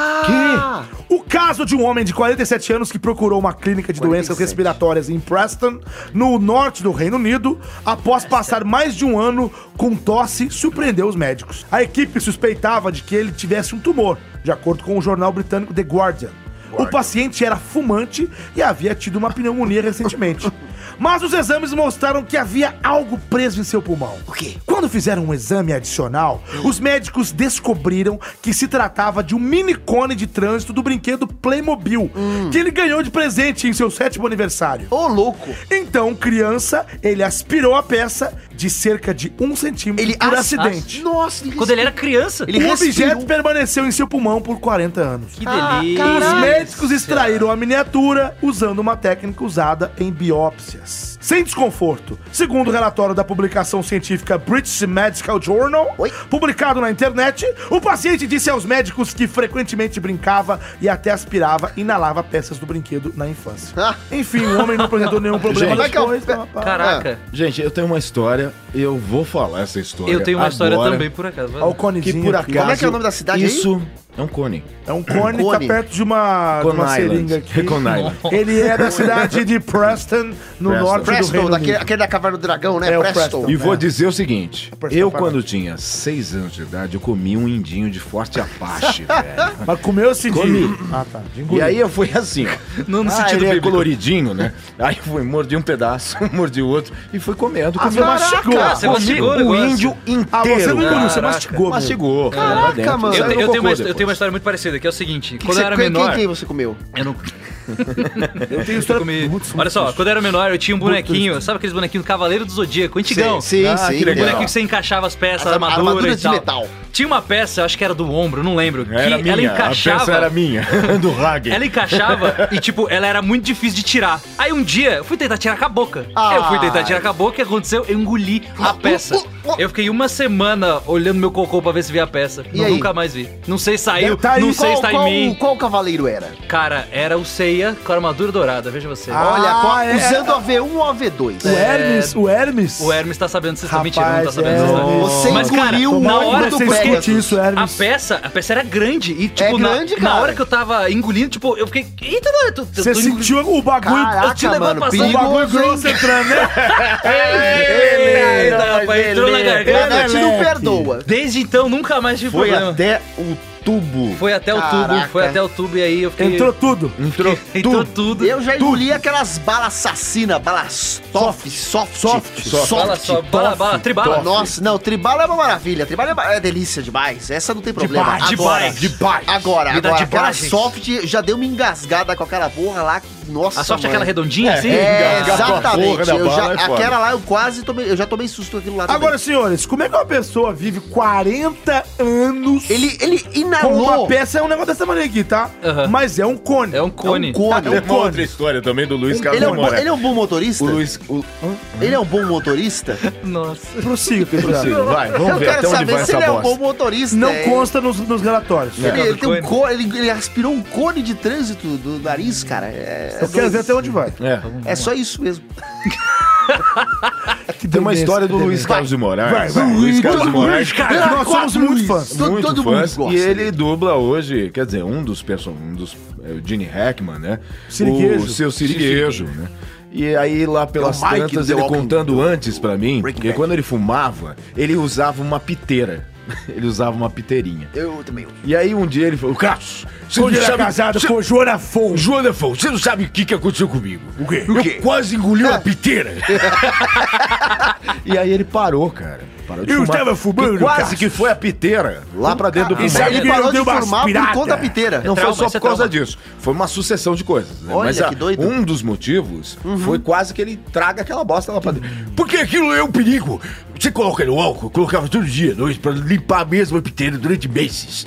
Ah! O caso de um homem de 47 anos que procurou uma clínica de doenças respiratórias em Preston, no norte do Reino Unido, após passar mais de um ano com tosse, surpreendeu os médicos. A equipe suspeitava de que ele tivesse um tumor, de acordo com o jornal britânico The Guardian. O paciente era fumante e havia tido uma pneumonia recentemente. Mas os exames mostraram que havia algo preso em seu pulmão. O quê? Quando fizeram um exame adicional, os médicos descobriram que se tratava de um mini cone de trânsito do brinquedo Playmobil, que ele ganhou de presente em seu sétimo aniversário. Ô, louco! Então, criança, ele aspirou a peça de cerca de um centímetro Ele por as- acidente. Nossa, ele Quando ele era criança. Ele o respirou. objeto permaneceu em seu pulmão por 40 anos. Que Ah, delícia. Os caralho. médicos extraíram a miniatura usando uma técnica usada em biópsias. Sem desconforto. Segundo o relatório da publicação científica British Medical Journal, Oi? publicado na internet, o paciente disse aos médicos que frequentemente brincava e até aspirava e inalava peças do brinquedo na infância. Ah. Enfim, o homem não apresentou nenhum problema Gente. depois. Como é que eu- papá. Caraca. Gente, eu tenho uma história, eu vou falar essa história. Eu tenho uma história agora, também, por acaso. vai Olha o lá. Que conezinho. por aqui. acaso. Como é que é o nome da cidade aí? Isso é um cone. É um cone, que tá Cone. perto de uma, de uma Cone seringa Island. É aqui. Cone Island. Ele é da cidade de Preston, no Preston. norte do Preston, Reino daquele, Unido. aquele da Caverna do Dragão, né? É, o Preston. Preston. E vou dizer o seguinte, por eu favor. quando tinha seis anos de idade, eu comi um indinho de forte apache, velho. Mas comeu esse Comi. dia. Ah, tá. De E engolir. aí eu fui assim, ó. Não no ah, sentido ele é bíblico. coloridinho, né? Aí eu fui, mordi um pedaço, mordi outro e fui comendo. Comi você mastigou. Caraca, Você comi mastigou o o negócio. índio inteiro. Ah, você não engoliu, você Caraca. mastigou. meu. Mastigou. Caraca, Eu, mano. Saiu te- eu tenho tenho uma, histó- eu tenho uma história muito parecida, que é o seguinte. Que que quando você- eu era quem- menor... Quem, quem você comeu? Eu não... Eu tenho Eu história comi... muito- muito Olha só, triste. quando eu era menor, eu tinha um bonequinho... Sabe aqueles bonequinhos do Cavaleiro do Zodíaco? Antigão. sim, Ah, que sim. legal. Bonequinho é que você encaixava as peças, Essa armadura, armadura e de tal. metal. Tinha uma peça, acho que era do ombro, não lembro, Era que minha, ela a peça encaixava... era minha, do Hagen. Ela encaixava e, tipo, ela era muito difícil de tirar. Aí um dia, eu fui tentar tirar com a boca. Ah. Eu fui tentar tirar com a boca, o que aconteceu? Eu engoli a peça. uh, Eu fiquei uma semana olhando meu cocô pra ver se via a peça. E Não- aí? nunca mais vi. Não sei se saiu, Tá aí, não sei Qual, se tá qual- em mim. qual cavaleiro era? Cara, era o Sei meia com armadura dourada, veja você. Olha, Ah, qual- é. usando a V1 ou a V2? O Hermes- o Hermes? O Hermes tá sabendo, vocês estão Rapaz, mentindo, não tá sabendo. é, vocês estão- você Mas, cara, engoliu na muito hora do Pegasus. isso, Hermes. A peça, a peça era grande. E, tipo, na- grande, na, cara. hora que eu tava engolindo, tipo, eu fiquei. Eita, não, eu tô, Você sentiu o bagulho. eu te levando mano, pra o um bagulho grosso entrando, né? Eita, né, rapaz, entrou na garganta. Ele te não perdoa. Desde então, nunca mais tive Foi problema. até o tubo. Foi até o tubo, Caraca. foi até o tubo e aí eu fiquei. Entrou tudo. Entrou Entrou tudo. Eu já engoli aquelas balas assassinas, balas soft, soft, soft, soft. Bala só- bala- bala, tribala. Nossa, não, tribala é uma maravilha, tribala é uma é delícia demais, essa não tem problema. Demais, agora, demais. Demais. agora, Me dá agora, demais, aquela gente. soft já deu uma engasgada com aquela porra lá, nossa A sorte é mano. aquela redondinha, assim? É, engasgar com a porra exatamente, da eu já, bala é foda. aquela lá eu quase tomei, eu já tomei susto com aquilo lá também. Agora, senhores, como é que uma pessoa vive 40 anos Ele, ele com inalou. uma peça? É um negócio dessa maneira aqui, tá? Aham. Mas é um cone. É um cone. cone. É uma outra história também do Luiz Carlos Ele é, um bom, Moraes. ele é um bom motorista? O Luiz. O... Ele é um bom motorista? Nossa. Prossiga, Pedro. Prossiga, vai, Eu vamos ver quero até onde vai saber se essa ele é um bom bosta. motorista. Não é. consta nos, nos relatórios. É. Ele, ele tem um Cone. cone, ele, ele aspirou um cone de trânsito do nariz, cara. É, é Eu quero dois- ver até onde vai. É. É só isso mesmo. Tem uma história do Luiz Carlos de Moraes. Vai, vai. Luiz Carlos de Moraes. Cara, nós somos muito fãs. Todo- Muito todo fãs. mundo gosta E ele dubla hoje, quer dizer, um dos personagens, um dos. É, o Gene Hackman, né? Siriguejo. O seu Siriguejo, né? E aí lá pelas É o Mike do tantas, The ele Walking contando antes pra mim, Breaking que Bad. quando ele fumava, ele usava uma piteira. Ele usava uma piteirinha. Eu também. E aí um dia ele falou, Cassius, você Quando não ele era sabe... casado você- com Joana Fon. João Defoe, você não sabe o que, que aconteceu comigo. O quê? Eu quê? quase engoli uma piteira. e aí ele parou, cara. Parou de Eu fumar. estava fumando, Que quase Cássio. que foi a piteira lá pra dentro do Isso pulmão. aí Ele Ah, ele parou de deu uma fumar por aspirada. conta da piteira. Não trauma, foi só isso é por causa trauma. disso. Foi uma sucessão de coisas. Né? Olha, Mas a- que doido. um dos motivos foi quase que ele traga aquela bosta lá pra dentro. Porque aquilo é um perigo. Você coloca no álcool, eu colocava todo dia, à noite, pra limpar a mesma piteira durante meses.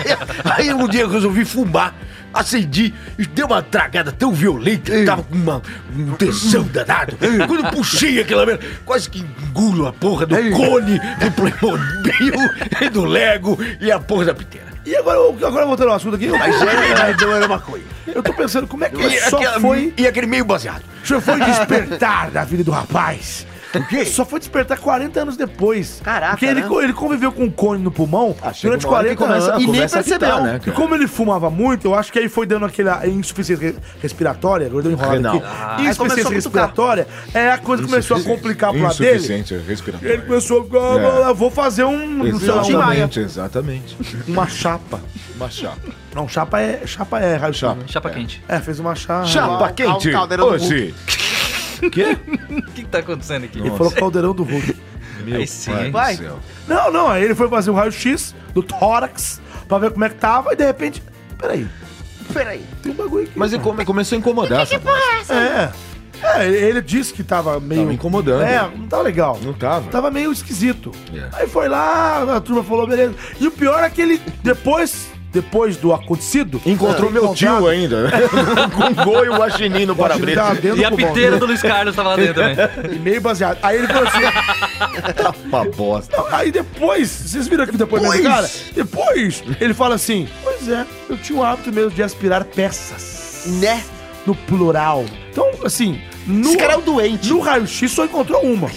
Aí um dia eu resolvi fumar. Acendi e dei uma tragada tão violenta que tava com uma, um tesão danado. Quando eu puxei aquela merda, quase que engulo a porra do cone, do Playmobil, e do Lego e a porra da piteira. E agora, eu- agora voltando ao assunto aqui, eu, Mas era, não era maconha. eu tô pensando como é que E, ele só aquela- foi e aquele meio baseado. Só foi despertar na vida do rapaz. Só foi despertar 40 anos depois. Caraca, Porque ele, né? co- ele conviveu com um cone no pulmão chega durante uma hora que 40 começa- anos. E nem começa a percebeu. apitar, né, E cara? como ele fumava muito, eu acho que aí foi dando aquela insuficiência re- respiratória. Agora deu uma enrolada Renal. aqui. Ah, aí começou insuficiência a respiratória. É, a coisa começou a complicar pro lado dele. Insuficiente é respiratório. Ele começou a ficar, É. "Ah, vou fazer um, sei lá, um- Exatamente, exatamente. uma chapa. Uma chapa. Não, chapa é, chapa é raio chapa. Chapa quente. É, fez uma chapa. Chapa quente. caldeirão do Hoje. O que, que tá acontecendo aqui? Ele falou caldeirão do Hulk. Meu Aí sim, pai hein? do Vai. céu. Não, não, aí ele foi fazer um raio-x do tórax pra ver como é que tava e de repente, peraí, Peraí. tem um bagulho aqui. Mas ele come- começou a incomodar. essa coisa. É. É, ele- ele disse que tava meio. Tava incomodando. É, não tava legal. Não tava. Tava meio esquisito. É. Aí foi lá, a turma falou, beleza. E o pior é que ele, depois, depois do acontecido. é, Encontrou meu tio ainda. Com um goi e o guaxinim no Ele tava para-brisa. dentro E a do pulmão piteira do dele. Luiz Carlos tava lá dentro também. E meio baseado. Aí ele falou assim. Uma bosta. Não, aí depois, vocês viram aqui depois do cara? Depois, ele fala assim: Pois é, eu tinha o hábito mesmo de aspirar peças. Né? No plural. Então, assim, no, Esse cara é um doente. no raio-x só encontrou uma.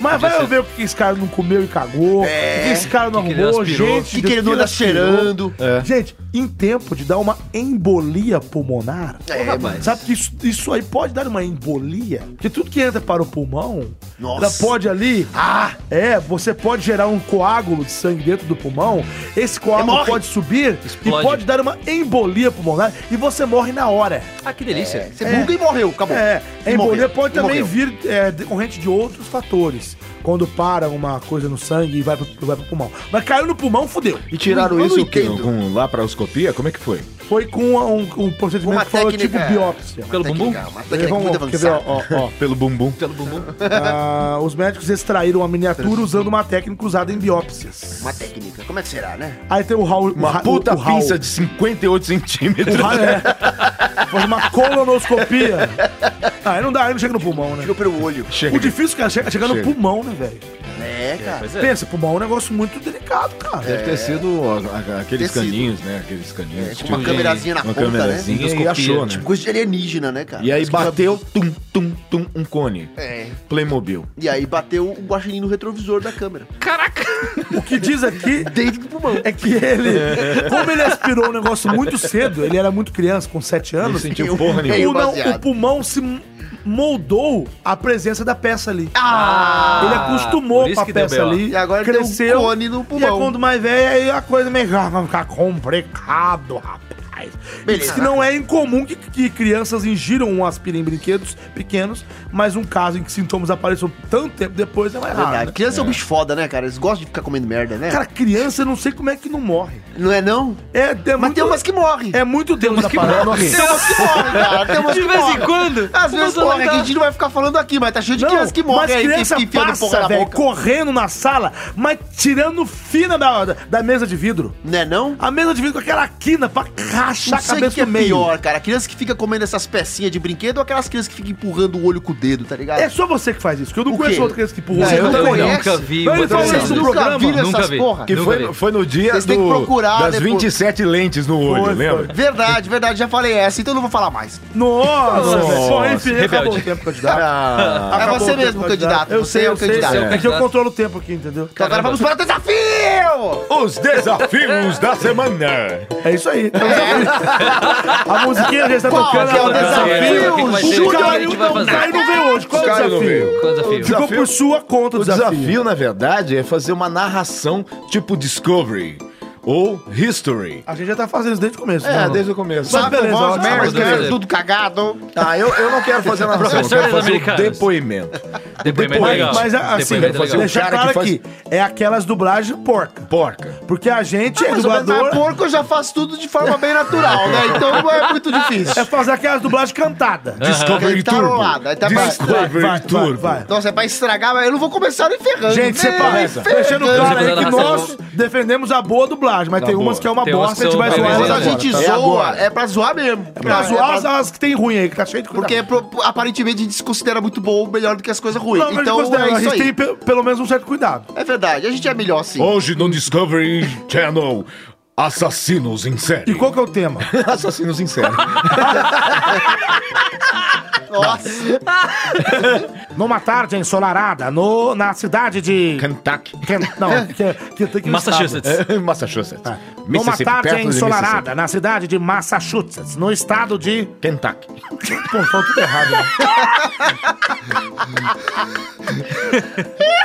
Mas vai ver o que esse cara não comeu e cagou, o que esse cara não O que que ele arrumou, aspirou. É. gente. O É. que que ele não anda anda cheirando. Gente, em tempo de dar uma embolia pulmonar, É, rapaz. Sabe que isso, isso aí pode dar uma embolia? Porque tudo que entra para o pulmão, Nossa. ela pode ali. Ah! É, você pode gerar um coágulo de sangue dentro do pulmão. Esse coágulo morre. pode subir Explode. e pode dar uma embolia pulmonar e você morre na hora. Ah, que delícia. Você buga e morreu, acabou. É, a Tá E embolia morreu, pode e também morreu. vir é, decorrente de outros fatores. Quando para uma coisa no sangue e vai pro, vai pro pulmão. Mas caiu no pulmão, fudeu. E tiraram Eu não isso com, entendo. com laparoscopia? Como é que foi? Foi com um, um procedimento Uma que falou tipo técnica- biópsia. Pelo bumbum? Técnica, Uma técnica Vamos- muito quer ver, avançada. ó, ó, ó. Pelo bumbum. Pelo bumbum. Ah, os médicos extraíram a miniatura usando uma técnica usada em biópsias. Uma técnica. Como é que será, né? Aí tem o Raul. o Uma Ra- puta o, o Raul. pinça de 58 centímetros. O Raul, é. Faz uma colonoscopia. Ah, aí não dá, aí não chega no pulmão, né? Tirou pelo olho. O Chega. difícil, cara, chega, chega no Chega. pulmão, né, velho? É, É, cara. Pois é. Pensa, pulmão é um negócio muito delicado, cara. Deve ter sido a- a- aqueles Tecido. caninhos, né? Aqueles caninhos. com uma câmerazinha na uma ponta, câmerazinha né? e achou, né? Tipo, Coisa de alienígena, né, cara? E aí Isso que bateu, tum, tum, tum, um cone. É. Playmobil. E aí bateu o guaxinim no retrovisor da câmera. O que diz aqui Dentro do pulmão. é que ele, É. como ele aspirou um negócio muito cedo, ele era muito criança, com 7 Não anos, sentiu eu- porra nenhuma. eu- o, não- baseado. o pulmão se moldou à presença da peça ali. Ah! Ele acostumou por isso com a que deu peça B.O. ali. E agora tem um cone no E aí, pulmão. quando mais velho, aí a coisa meio que vai ficar complicado, rapaz. Beleza. Diz que não é incomum que, que crianças ingiram um aspirina em brinquedos pequenos, mas um caso em que sintomas apareçam tanto tempo depois é mais raro. Verdade. né? Criança é um bicho foda, né, cara? Eles gostam de ficar comendo merda, né? É. Cara, criança, eu não sei como é que não morre. não é não? É, é Mas muito, tem umas que morrem. é muito Deus umas da que parada. morrem. não Tem umas que morrem, cara. Tem umas De que vez em morrem. quando, Às vezes mas morre, não que dá. a gente não vai ficar falando aqui, mas tá cheio de criança que morre mas aí, criança que enfiando porra passa, na velho, boca. correndo na sala, mas tirando fina da, da, da mesa de vidro. Não é não? A mesa de vidro com aquela quina pra Não rachar a sei cabeça o que é no meio. pior, cara. A criança que fica comendo essas pecinhas de brinquedo ou aquelas crianças que ficam empurrando o olho com o dedo, tá ligado? É só você que faz isso, que eu não O conheço quê? outra criança que empurra. Não, Você eu não também conhece. não. nunca vi. Mas ele uma falou televisão. isso no Nunca programa. vi nessas Nunca vi. porra. Que Nunca foi, vi. foi no dia Vocês têm que do- procurar das depois. 27 lentes no olho, Foi, lembra? Verdade, verdade, já falei essa, então eu não vou falar mais. Nossa, Nossa, velho. Bom, enfim, rebelde. acabou o tempo, candidato. Ah, É você Acabou o tempo, né? mesmo, candidato. Eu Você sei, é o eu sei. candidato. É que eu controlo o tempo aqui, entendeu? Então agora vamos para o desafio! os desafios da semana. É isso aí. A musiquinha já está Qual tocando. tá que é o agora. desafio? O que que O vai Ju ser? O que Caio que vai não fazer? Caio não veio hoje. Qual é o Caio não desafio? veio. Qual é o desafio? Ficou Desafio- por sua conta O desafio, na verdade, é fazer uma narração tipo Discovery ou History. A gente já tá fazendo isso desde o começo. É, né? desde o começo. Mas Sabe, beleza, voz, ótimo. Mas merda, beleza. tudo cagado. Ah, eu, eu não quero fazer a narração, eu Professores quero fazer o americanos. depoimento. Depoimento Mas, é legal. mas, assim, Depoimento legal. deixar O cara claro que faz- aqui, é aquelas dublagens porca. Porca. Porque a gente é Ah, Mas o dublador, porco eu já faço tudo de forma bem natural, né? Então não é muito é difícil. fazer aquelas dublagens cantadas. É, Discovery Ele tá Turbo. rolado, aí tá pra Discovery Turbo. Nossa, é pra estragar, mas eu não vou começar nem ferrando. Gente, você Nem parece. ferrando. Deixando claro né? aí Não, que nós defendemos a boa dublagem, mas tem boa. umas que é uma Tá Tem umas bosta, a gente que vai são zoar Mas elas beleza, a agora. gente tá? É zoa, agora. é pra zoar mesmo. É Pra zoar as- as que tem ruim aí, que tá cheio de cuidado. Porque é pro- a partir de desconsidera muito bom melhor do que as coisas ruins. Não, mas então considera, é a isso gente aí. tem pe- pelo menos um certo cuidado. É verdade, a gente é melhor assim. Hoje no Discovery Channel, assassinos em série. E qual que é o tema? Assassinos em série. Nossa, Numa tarde ensolarada, no, na cidade de... Kentucky. Ken- Não, que, que tem que Massachusetts. Massachusetts. É. Ah. Numa tarde perto de ensolarada, na cidade de Massachusetts, no estado de. Mississippi. Kentucky. Pô, falou tudo errado.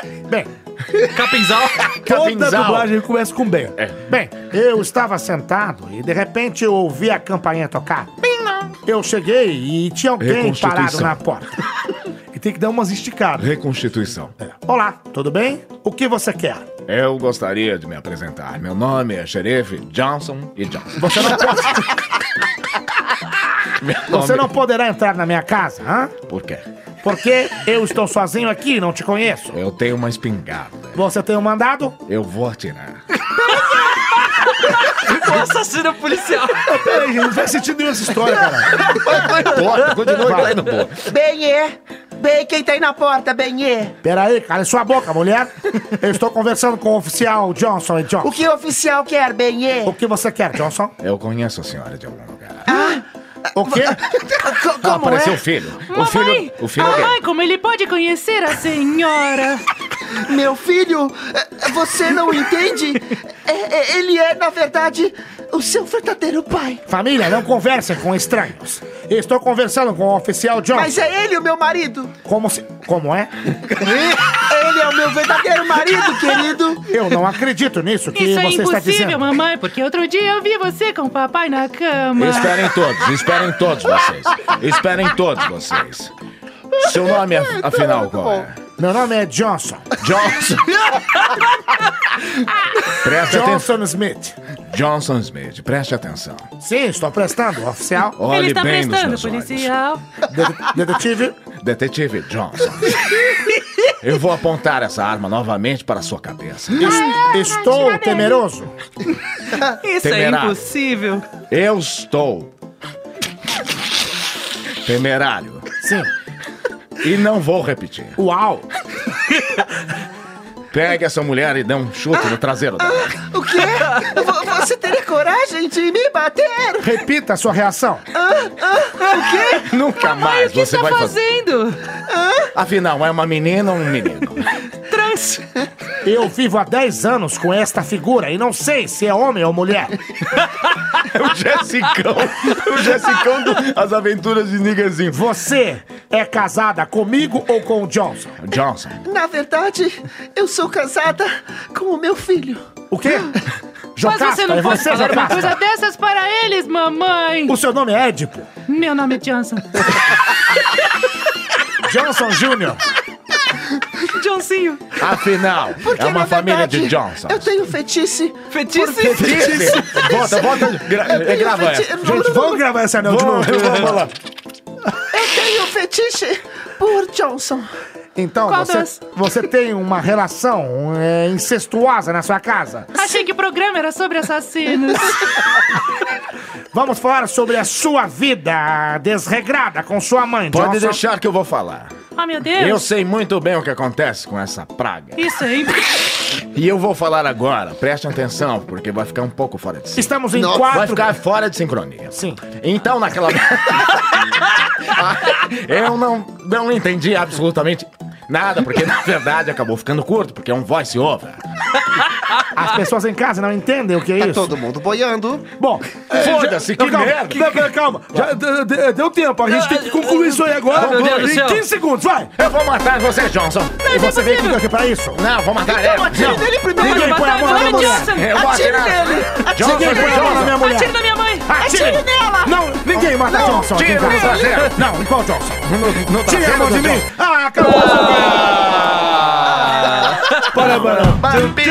né? bem, Capinzal. toda Capinzal. dublagem começa com bem. Bem, eu estava sentado e de repente eu ouvi a campainha tocar. Eu cheguei e tinha alguém parado Reconstituição. na porta. E tem que dar umas esticadas. Reconstituição. Olá, tudo bem? O que você quer? Eu gostaria de me apresentar. Meu nome é Xerife Johnson e Johnson. Você não, pode- você não poderá entrar na minha casa, hã? Por quê? Porque eu estou sozinho aqui, não te conheço. Eu tenho uma espingarda. Você tem um mandado? Eu vou atirar. Assassino policial. Peraí, gente, não faz sentido nenhuma essa história, cara. Bota, continua que tá indo boa. Benê! é. Bem, quem tá aí na porta, é. Benê? Peraí, cala sua boca, mulher. Eu estou conversando com o oficial Johnson Johnson. O que é? o oficial quer, Benê? O que você quer, Johnson? Eu conheço a senhora de algum lugar. O quê? Co- Ah, Como apareceu é? o filho. O filho. O filho dele. como ele pode conhecer a senhora? Meu filho, é, eh, você não entende? É, é, Ele é, na verdade, o seu verdadeiro pai. Família, não conversem com estranhos. Eu estou conversando com o oficial Johnson. Mas é ele o meu marido. Como se... Como é? Ele é o meu verdadeiro marido, querido. Eu não acredito nisso que Isso é você está impossível, dizendo. mamãe, porque outro dia eu vi você com o papai na cama. Esperem todos, esperem todos vocês. Esperem todos vocês. Seu nome, af- tá afinal, qual é? Meu nome é Johnson. Johnson. Preste atenção. Johnson Smith. Johnson Smith, preste atenção. Sim, estou prestando, oficial. Olhe ele está bem nos prestando, meus policial. Det- Detetive. olhos. Detetive Johnson. Eu vou apontar essa arma novamente para sua cabeça. Ah, é, es- Estou temeroso. Isso é Temerário. impossível. Eu estou temerário Sim. e não vou repetir. Uau! Pega essa mulher e dá um chute no traseiro dela. O quê? Vo- Você teria coragem de me bater? Repita a sua reação. Ah, ah, o quê? Nunca Ai, mais o que você tá vai fazer. fazendo? Afinal, é uma menina ou um menino? Trans. Eu vivo há 10 anos com esta figura e não sei se é homem ou mulher. É o Jessicão. O Jessicão do As Aventuras de Niggazinho. Você é casada comigo ou com o Johnson? Johnson. Na verdade, eu sou casada com o meu filho. Ah. O quê? Mas Jocasta, você não é pode você, falar uma coisa Jocasta? dessas para eles, mamãe. O seu nome é Édipo? Meu nome é Johnson. Johnson Jr. Johncinho. Afinal, Porque, é uma na família verdade, de Johnson. Eu tenho fetiche. Fetice. Bota, bota. Gra Eu tenho grava feti- essa. Gente, vamos gravar esse anel de novo. Vamos lá. Eu tenho fetiche por Johnson. Então, Qual você, das? você tem uma relação é, incestuosa na sua casa. Achei que o programa era sobre assassinos. Vamos falar sobre a sua vida desregrada com sua mãe, Pode Johnson. deixar que eu vou falar. Ah, meu Eu Deus. sei muito bem o que acontece com essa praga. Isso aí. E eu vou falar agora, preste atenção, porque vai ficar um pouco fora de si. Estamos em Nossa, quatro... Vai ficar fora de sincronia. Sim. Então, naquela. Ah, eu não, não entendi absolutamente nada, porque na verdade acabou ficando curto, porque é um voice over. As pessoas em casa não entendem o que é Tá isso. todo mundo boiando. Bom, Foda-se, É, Não, que calma, merda! Não, pera, calma. Já, d- d- deu tempo, a gente Não, tem que eu- concluir isso aí agora. Meu Deus do em céu. 15 segundos, vai! Eu vou matar você, Johnson! e você veio aqui, aqui pra isso? Não, vou matar ela! Não. Ele primeiro. Ninguém põe a mão na Vai, minha mulher! Johnson. Eu vou Atire atirar! nele. Johnson, Ninguém põe a mão na minha mulher! Atire na minha mãe. Atire nela! Não, ninguém mata Johnson aqui em Tira no casa. traseiro! Não, igual Johnson. No Tire a traseiro mão de do mim! Johnson. Ah, acabou! Para, para.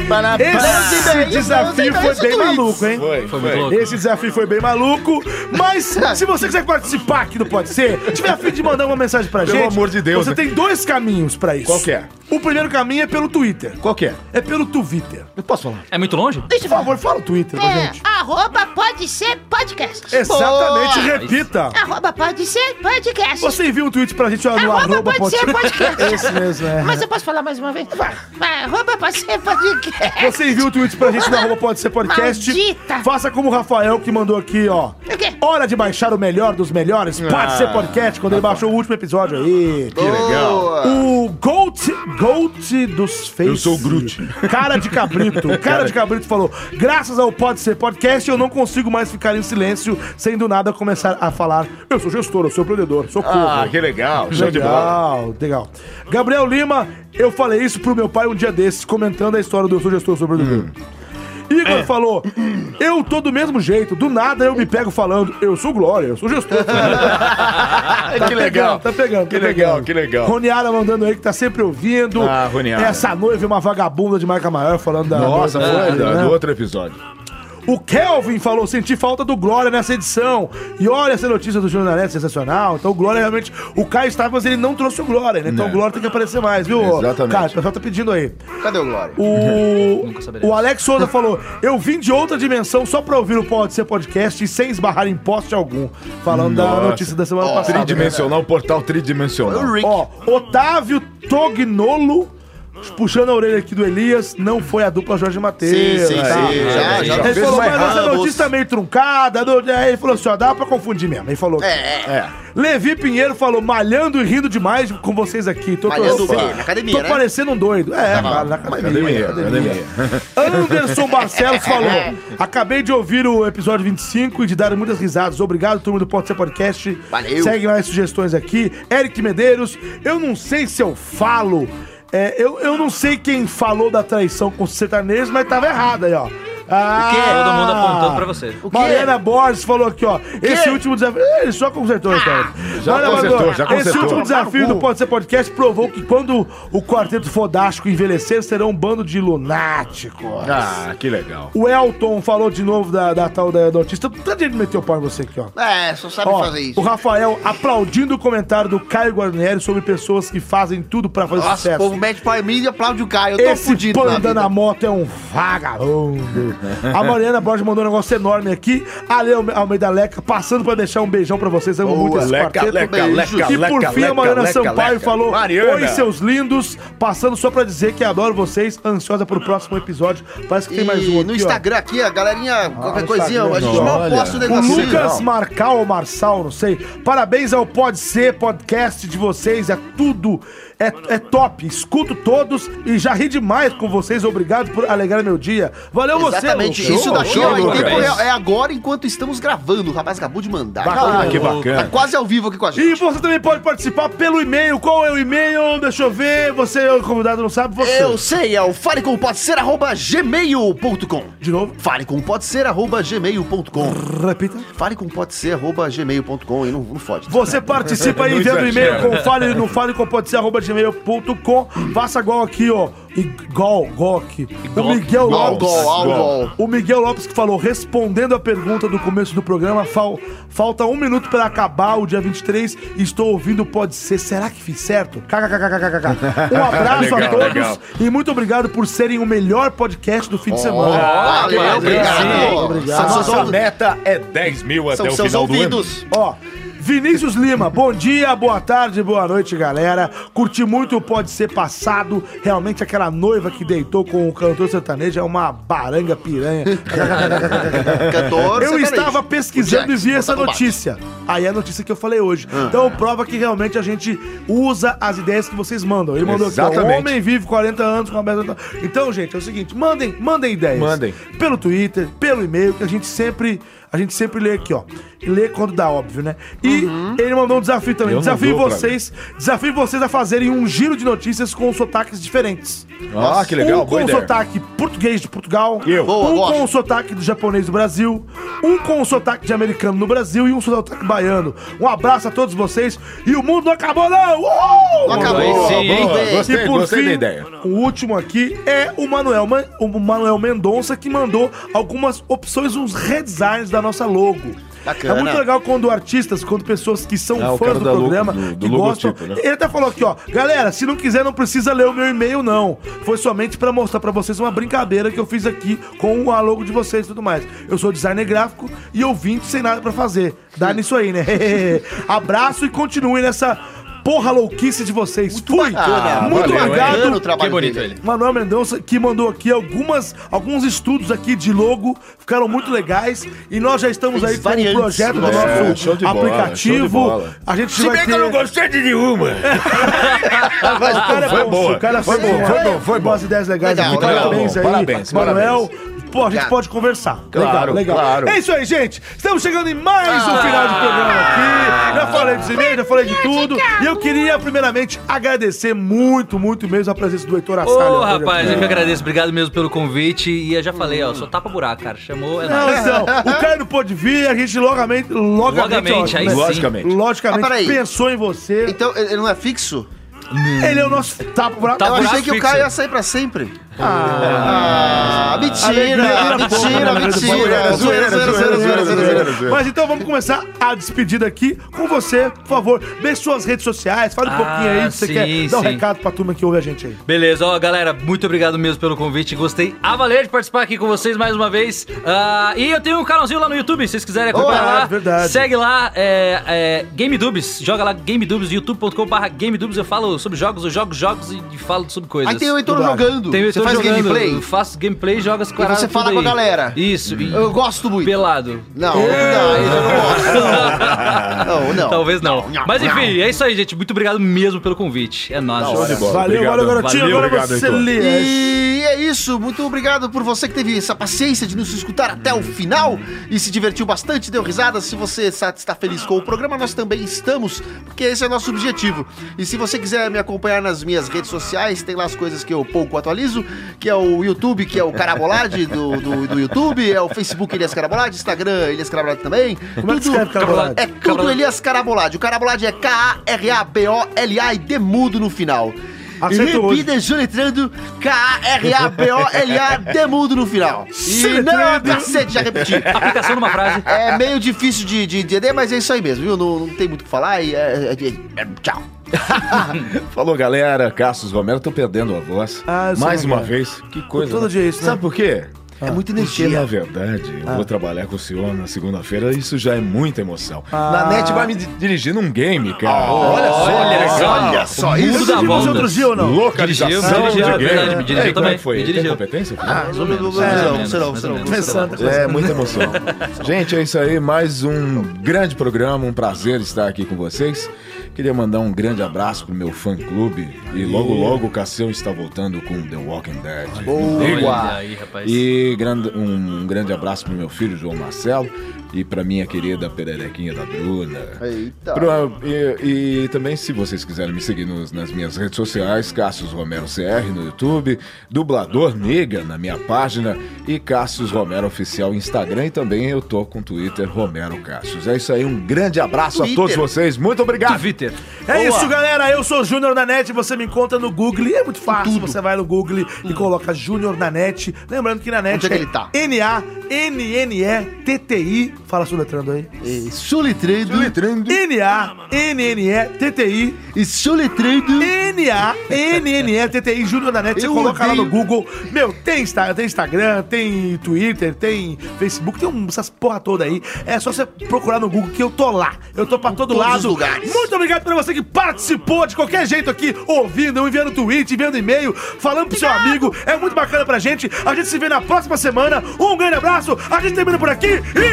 Esse desafio foi bem maluco, hein? Foi, Foi muito louco. Esse desafio foi bem maluco, mas se você quiser participar aqui do Pode Ser, tiver a fim de mandar uma mensagem pra Pelo gente. amor de Deus, Você né? tem dois caminhos pra isso. Qual que é? O primeiro caminho é pelo Twitter. Qual que é? É pelo Twitter. Eu posso falar? É muito longe? Por favor, fala o Twitter pra gente. É, arroba pode ser É. podcast. Exatamente, repita. Arroba pode ser podcast. Você envia um tweet pra é gente ó, no Arroba arroba pode ser podcast. Esse mesmo, é. Mas eu posso falar mais uma vez? Vai. Vai, arroba pode ser podcast. Você envia um tweet pra gente no arroba pode ser podcast. Maldita. Faça como o Rafael que mandou aqui, ó. O quê? Hora de baixar o melhor dos melhores. Ah. Pode ser podcast, quando ele baixou o último episódio aí. Que legal! O Goat, Goat dos Face. Ah. Eu sou o Groot. Cara de cabrito. O Cara de cabrito falou: graças ao Pode Ser Podcast, eu não consigo mais ficar em silêncio, sem do nada começar a falar. Eu sou gestor, eu sou empreendedor, sou povo. Ah, que legal! Show de bola! Legal, legal. Gabriel Lima, eu falei isso pro meu pai um dia desses, comentando a história do sugestor sobre o hum. Igor É. falou, eu tô do mesmo jeito, do nada eu me pego falando, eu sou Glória, eu sou gestor. que legal. Pegando, tá pegando, Que tá legal, pegando. que legal. Roniara mandando aí que tá sempre ouvindo. Ah, Roniara. Essa noiva é uma vagabunda de marca maior falando da. Nossa, noiva, foi né? do do outro episódio. O Kelvin falou: senti falta do Glória nessa edição. E olha essa notícia do Júnior Neto, sensacional. Então o Glória realmente. O Caio estava, mas ele não trouxe o Glória, né? Então Não. o Glória tem que aparecer mais, viu? Exatamente. Caio, o pessoal tá pedindo aí. Cadê o Glória? O, saberemos. o Alex Souza falou: Eu vim de outra dimensão só pra ouvir o Pode Ser Podcast e sem esbarrar em poste algum. Falando da Nossa. notícia da semana tá passada. né? Tridimensional, portal tridimensional. Ó, Otávio Tognolo. Puxando a orelha aqui do Elias, não foi a dupla Jorge Matheus. sim, tá? sim, já, já Ele fez falou, uma mas essa errada, notícia tá meio truncada. do- Aí ele falou assim: ó, dá pra confundir mesmo. Ele falou. É. Levi Pinheiro falou, malhando e rindo demais com vocês aqui. Tô, Malhando tô- o quê? Na academia, tô né? parecendo um doido. É, cara, na Academia, academia. academia. Anderson Barcelos falou: É. Acabei de ouvir o episódio 25 e de dar muitas risadas. Obrigado, turma do Pode Ser Podcast. Valeu. Segue mais sugestões aqui. Eric Medeiros, eu não sei se eu falo. é, eu, eu não sei quem falou da traição com os sertanejos, mas tava errado aí, ó. Ah, quê? Todo mundo apontando pra você. O quê? Mariana Borges falou aqui, ó. Esse último desafio. Ih, Ele só consertou, cara. Ah! já Olha, consertou, Madonna, já Esse consertou. último desafio do Pode Ser Podcast provou que quando o quarteto fodástico envelhecer, serão um bando de lunáticos. Ah, que legal. O Elton falou de novo da, da tal da notícia. Tanta gente meteu o pau em você aqui, ó. É, só sabe Ó, fazer o isso. Rafael aplaudindo o comentário do Caio Guarnieri sobre pessoas que fazem tudo pra fazer Nossa, o sucesso. povo mete pau em mim e aplaude o Caio. Eu tô Esse fudido. panda na vida. moto é um vagabundo. Bolsonaro. A Mariana Borges mandou um negócio enorme aqui. Ale Alme- Almeida Leca, passando pra deixar um beijão pra vocês. Amo muito esse Leca, quarteto. Leca, Beijos. Leca, e por Leca, fim, Leca, a Mariana Leca, Sampaio Leca. falou: Mariana. Oi, seus lindos. Passando só pra dizer que adoro vocês. Ansiosa pro próximo episódio. Parece que tem mais um aqui, no ó. Ah, Instagram tá aqui, a galerinha, qualquer no coisinha, Instagram. a gente não Olha. posta o O negocinho. Lucas Marcal ou Marçal, não sei. Parabéns ao Pode Ser podcast de vocês. É tudo. É, é top. Escuto todos e já ri demais com vocês. Obrigado por alegrar meu dia. Valeu você, Exatamente, Lucas. isso Show, daqui show, ó, em Lucas. tempo real. É agora enquanto estamos gravando. O rapaz acabou de mandar. Bacana, Cara, que bacana. Tá quase ao vivo aqui com a gente. E você também pode participar pelo e-mail. Qual é o e-mail? Deixa eu ver. Você é o convidado, não sabe? Você. Eu sei, é o falecompodser.gmail.com De novo? falecompodser.gmail.com Repita. falecompodser.gmail.com e não, não fode. Você participa aí Não enviando exagera. e-mail com fale no fale com pode ser arroba gmail.com. Faça igual aqui, ó. Igual, igual aqui. O Miguel Igual, Lopes. igual, igual. O Miguel Lopes que falou, respondendo a pergunta do começo do programa, fal- falta um minuto para acabar o dia 23. Estou ouvindo, pode ser. Será que fiz certo? KKKKKKK. Um abraço a Legal, todos legal. e muito obrigado por serem o melhor podcast do fim de semana. Olha, Valeu, obrigado. Obrigado. A nossa meta é 10 mil até o final do ano. Ó, Vinícius Lima, bom dia, boa tarde, boa noite, galera. Curti muito o Pode Ser Passado. Realmente aquela noiva que deitou com o cantor sertanejo é uma baranga piranha. Cantor Eu tá sertanejo. estava pesquisando O e Jax, vi essa bota no bate. notícia. Aí é a notícia que eu falei hoje. Ah. Então prova que realmente a gente usa as ideias que vocês mandam. Ele mandou aqui, ó, Exatamente. homem vive 40 anos com a mesma... Então, gente, é o seguinte, mandem, mandem ideias. Mandem. Pelo Twitter, pelo e-mail, que a gente sempre... A gente sempre lê aqui, ó. E Lê quando dá, óbvio, né? E ele mandou um desafio também. Uhum. Eu não Desafio dou pra vocês, desafio vocês a fazerem um giro de notícias com sotaques diferentes. Ah, que legal, Um boa com ideia. sotaque português de Portugal, Eu. um Boa, gosto. com o sotaque do japonês do Brasil, um com o sotaque de americano no Brasil e um sotaque baiano. Um abraço a todos vocês e o mundo não acabou não! Uhul! Não acabou. Aí sim, hein? Boa, boa. Gostei, e por gostei fim, da ideia. o último aqui é o Manuel, Man- o Manuel Mendonça que mandou algumas opções, uns redesigns da nossa logo. Bacana. É muito legal quando artistas, quando pessoas que são Ah, o fãs cara do da logo- programa, do- do que gostam. logotipo, né? Ele até falou aqui, ó, galera, se não quiser, não precisa ler o meu e-mail, não. Foi somente pra mostrar pra vocês uma brincadeira que eu fiz aqui com o logo de vocês e tudo mais. Eu sou designer gráfico e ouvinte sem nada pra fazer. Dá nisso aí, né? Abraço e continue nessa porra louquice de vocês. Fui! bacana, Muito valeu, obrigado. Bacana o trabalho Que bonito dele. ele. Manuel Mendonça, que mandou aqui algumas, alguns estudos aqui de logo, ficaram muito legais. E nós já estamos Fez aí com um variantes. projeto do É, show nosso de bola, show de aplicativo. bola. a gente Se vai bem ter... que eu não gostei de nenhuma. O cara é Foi bom, boa. O cara Foi foi bom, bom, foi bom, foi Boas bom. ideias legais. Legal, aqui. legal. parabéns aí, Parabéns, Manuel. Pô, a gente Obrigado. pode conversar. Claro, legal, legal. claro. É isso aí, gente. Estamos chegando em mais um final de programa aqui. Já falei dos e-mails, já falei de tudo. E eu queria, primeiramente, agradecer muito, muito mesmo a presença do Heitor Ô, Assalho. hoje aqui. rapaz, assim. eu que agradeço. Obrigado mesmo pelo convite. E eu já falei, ó, só tapa buraco, cara. Chamou, é Não, nóis. então, o Caio não pôde vir, a gente logamente. Logamente, Logamente, aí né? sim. Logicamente. Logicamente, Ah, peraí. pensou em você. Então, ele não é fixo? Ele é o nosso tapa buraco. Tá Eu achei buraco que o fixo. Caio ia sair pra sempre. Ah, Alegria mentira, na mentira, boca. mentira. Zoeira, zoeira, zoeira, zoeira, zoeira. Mas então vamos começar a despedida aqui com você, por favor. Deixe suas redes sociais, fale um Ah, pouquinho aí se você sim, quer dar um sim. recado pra turma que ouve a gente aí. Beleza, ó, galera, muito obrigado mesmo pelo convite. Gostei a valer de participar aqui com vocês mais uma vez. Ah, e eu tenho um canalzinho lá no YouTube, se vocês quiserem acompanhar Oh, é lá. verdade. Segue lá, é, é, GameDubs. Joga lá GameDubs, youtube.com.br GameDubs. Eu falo sobre jogos, eu jogo jogos e falo sobre coisas. Aí tem o Heitor jogando. Tem o Você Heitor faz jogando, gameplay? Eu faço gameplay, joga as paradas você fala tudo com a aí. galera. Isso, e Eu gosto muito. pelado. Não, não, eu não gosto. não. Não, não. É. Talvez não. Não, Mas não. enfim, é isso aí, gente. Muito obrigado mesmo pelo convite. É nóis. Show de bola. Valeu, Obrigado. valeu, garotinho. Valeu, Agora obrigado, você Heitor. lê. E é isso, muito obrigado por você que teve essa paciência de nos escutar até o final e se divertiu bastante, deu risada. Se você sa- está feliz com o programa, nós também estamos, porque esse é o nosso objetivo. E se você quiser me acompanhar nas minhas redes sociais, tem lá as coisas que eu pouco atualizo, que é o YouTube, que é o Carabolade do, do, do YouTube, é o Facebook Elias Carabolade, Instagram Elias Carabolade também. Como é que escreve Carabolade? É tudo Elias Carabolade. O Carabolade é K-A-R-A-B-O-L-A-D mudo no final. Aceito hoje. Repita soletrando K-A-R-A-B-O-L-A, demudo no final. E não, Soletrando. cacete, já repeti. Aplicação numa frase. É meio difícil de, de entender, mas é isso aí mesmo, viu? Não, não tem muito o que falar e é- é- é- é- tchau. Falou, galera. Cassius Romero, tô perdendo a voz. Ah, eu sou Mais uma Romero. vez. Que coisa. Todo né? dia é isso, né? Sabe por quê? É muita energia. na verdade, eu vou trabalhar com o senhor na segunda-feira, isso já é muita emoção. Na net vai me di- dirigindo um game, cara. olha só, olha que legal. só. Olha só, isso Mundo dirigiu da você volta. outros dias ou não? Localização Dirigiu, de dirigiu, game. verdade, me dirigiu Ei, como é também, que foi? me dirigiu. Tem competência? Ah, mais ou menos, mais ou menos, mais ou menos. É, muita emoção. Gente, é isso aí. Mais um grande programa. Um prazer estar aqui com vocês. Queria mandar um grande abraço pro meu fã-clube. E logo, logo o Cassião está voltando com The Walking Dead. Olha aí, rapaz. E grande- um, um grande abraço pro meu filho, João Marcelo. E pra minha querida pererequinha da Bruna. É, Eita. Pra- e, e também, se vocês quiserem me seguir nos- nas minhas redes sociais, Cassius Romero CR no YouTube, Dublador Nega na minha página e Cassius Romero Oficial no Instagram. E também eu tô com o Twitter Romero Cassius. É isso aí, um grande abraço a Twitter. todos vocês. Muito obrigado. Twitter. É isso, galera. Eu sou o Júnior da Net. Você me encontra no Google. É muito fácil. Você vai no Google e coloca Júnior da Net. Lembrando que na net Onde é que ele tá? N-A-N-N-E-T-T-I. Fala soletrando aí. Soletrando. Soletrando. N-A-N-N-E-T-T-I. E soletrando. N-A-N-N-E-T-T-I. Júnior da Net. Você Eu coloca lá no odeio. Google. Meu, tem Instagram, tem, Instagram, tem Twitter, tem Facebook, tem um- essas porra toda aí. É só você procurar no Google que eu tô lá. Eu tô pra todo todos lado. os lugares. Muito obrigado pra você que participou de qualquer jeito aqui, ouvindo, enviando tweet, enviando e-mail, falando pro seu amigo. É muito bacana pra gente. A gente se vê na próxima semana. Um grande abraço. A gente termina por aqui e. fui!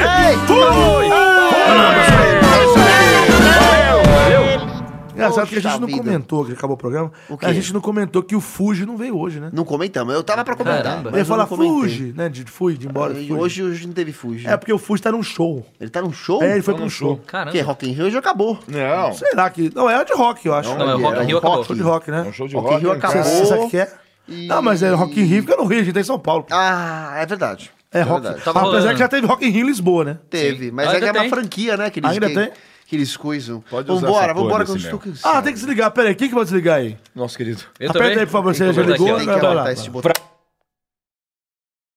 Engraçado que a gente Poxa não vida. comentou que acabou o programa. quê? A gente não comentou que o Fuji não veio hoje, né? Não comentamos, eu tava pra comentar. Caramba. mas Ele eu fala não comentei. Fuji, né? De, fui, de embora. E Fuji. hoje, hoje não teve Fuji. É porque o Fuji tá num show. Ele tá num show? É, ele foi pra um show. Caramba. Que é Rock in Rio já acabou. Não. Será que. Não, é de rock, eu acho. Não, é o Rock in Rio acabou. Show de rock, né? Um show de Rock rock. in Rio né, cara? acabou. Você sabe o que é? Não, mas é Rock in Rio, fica no Rio, a gente tá em São Paulo. Ah, é verdade. É rock. verdade. Tava Apesar rolando. que já teve Rock in Rio em Lisboa, né? Teve, Sim. mas Ainda é que é uma tem. franquia, né? Que eles, Ainda que, tem? Que eles coisam. Pode usar vambora, essa porra vambora, que eu desse estou mel. cansado. Ah, tem que desligar. Pera aí, quem que vai desligar aí? Nosso querido. Eu Aperta aí, por favor, você Tem já que ligou, botar aqui, ó. é né? agora vai lá. Apertar esse botão.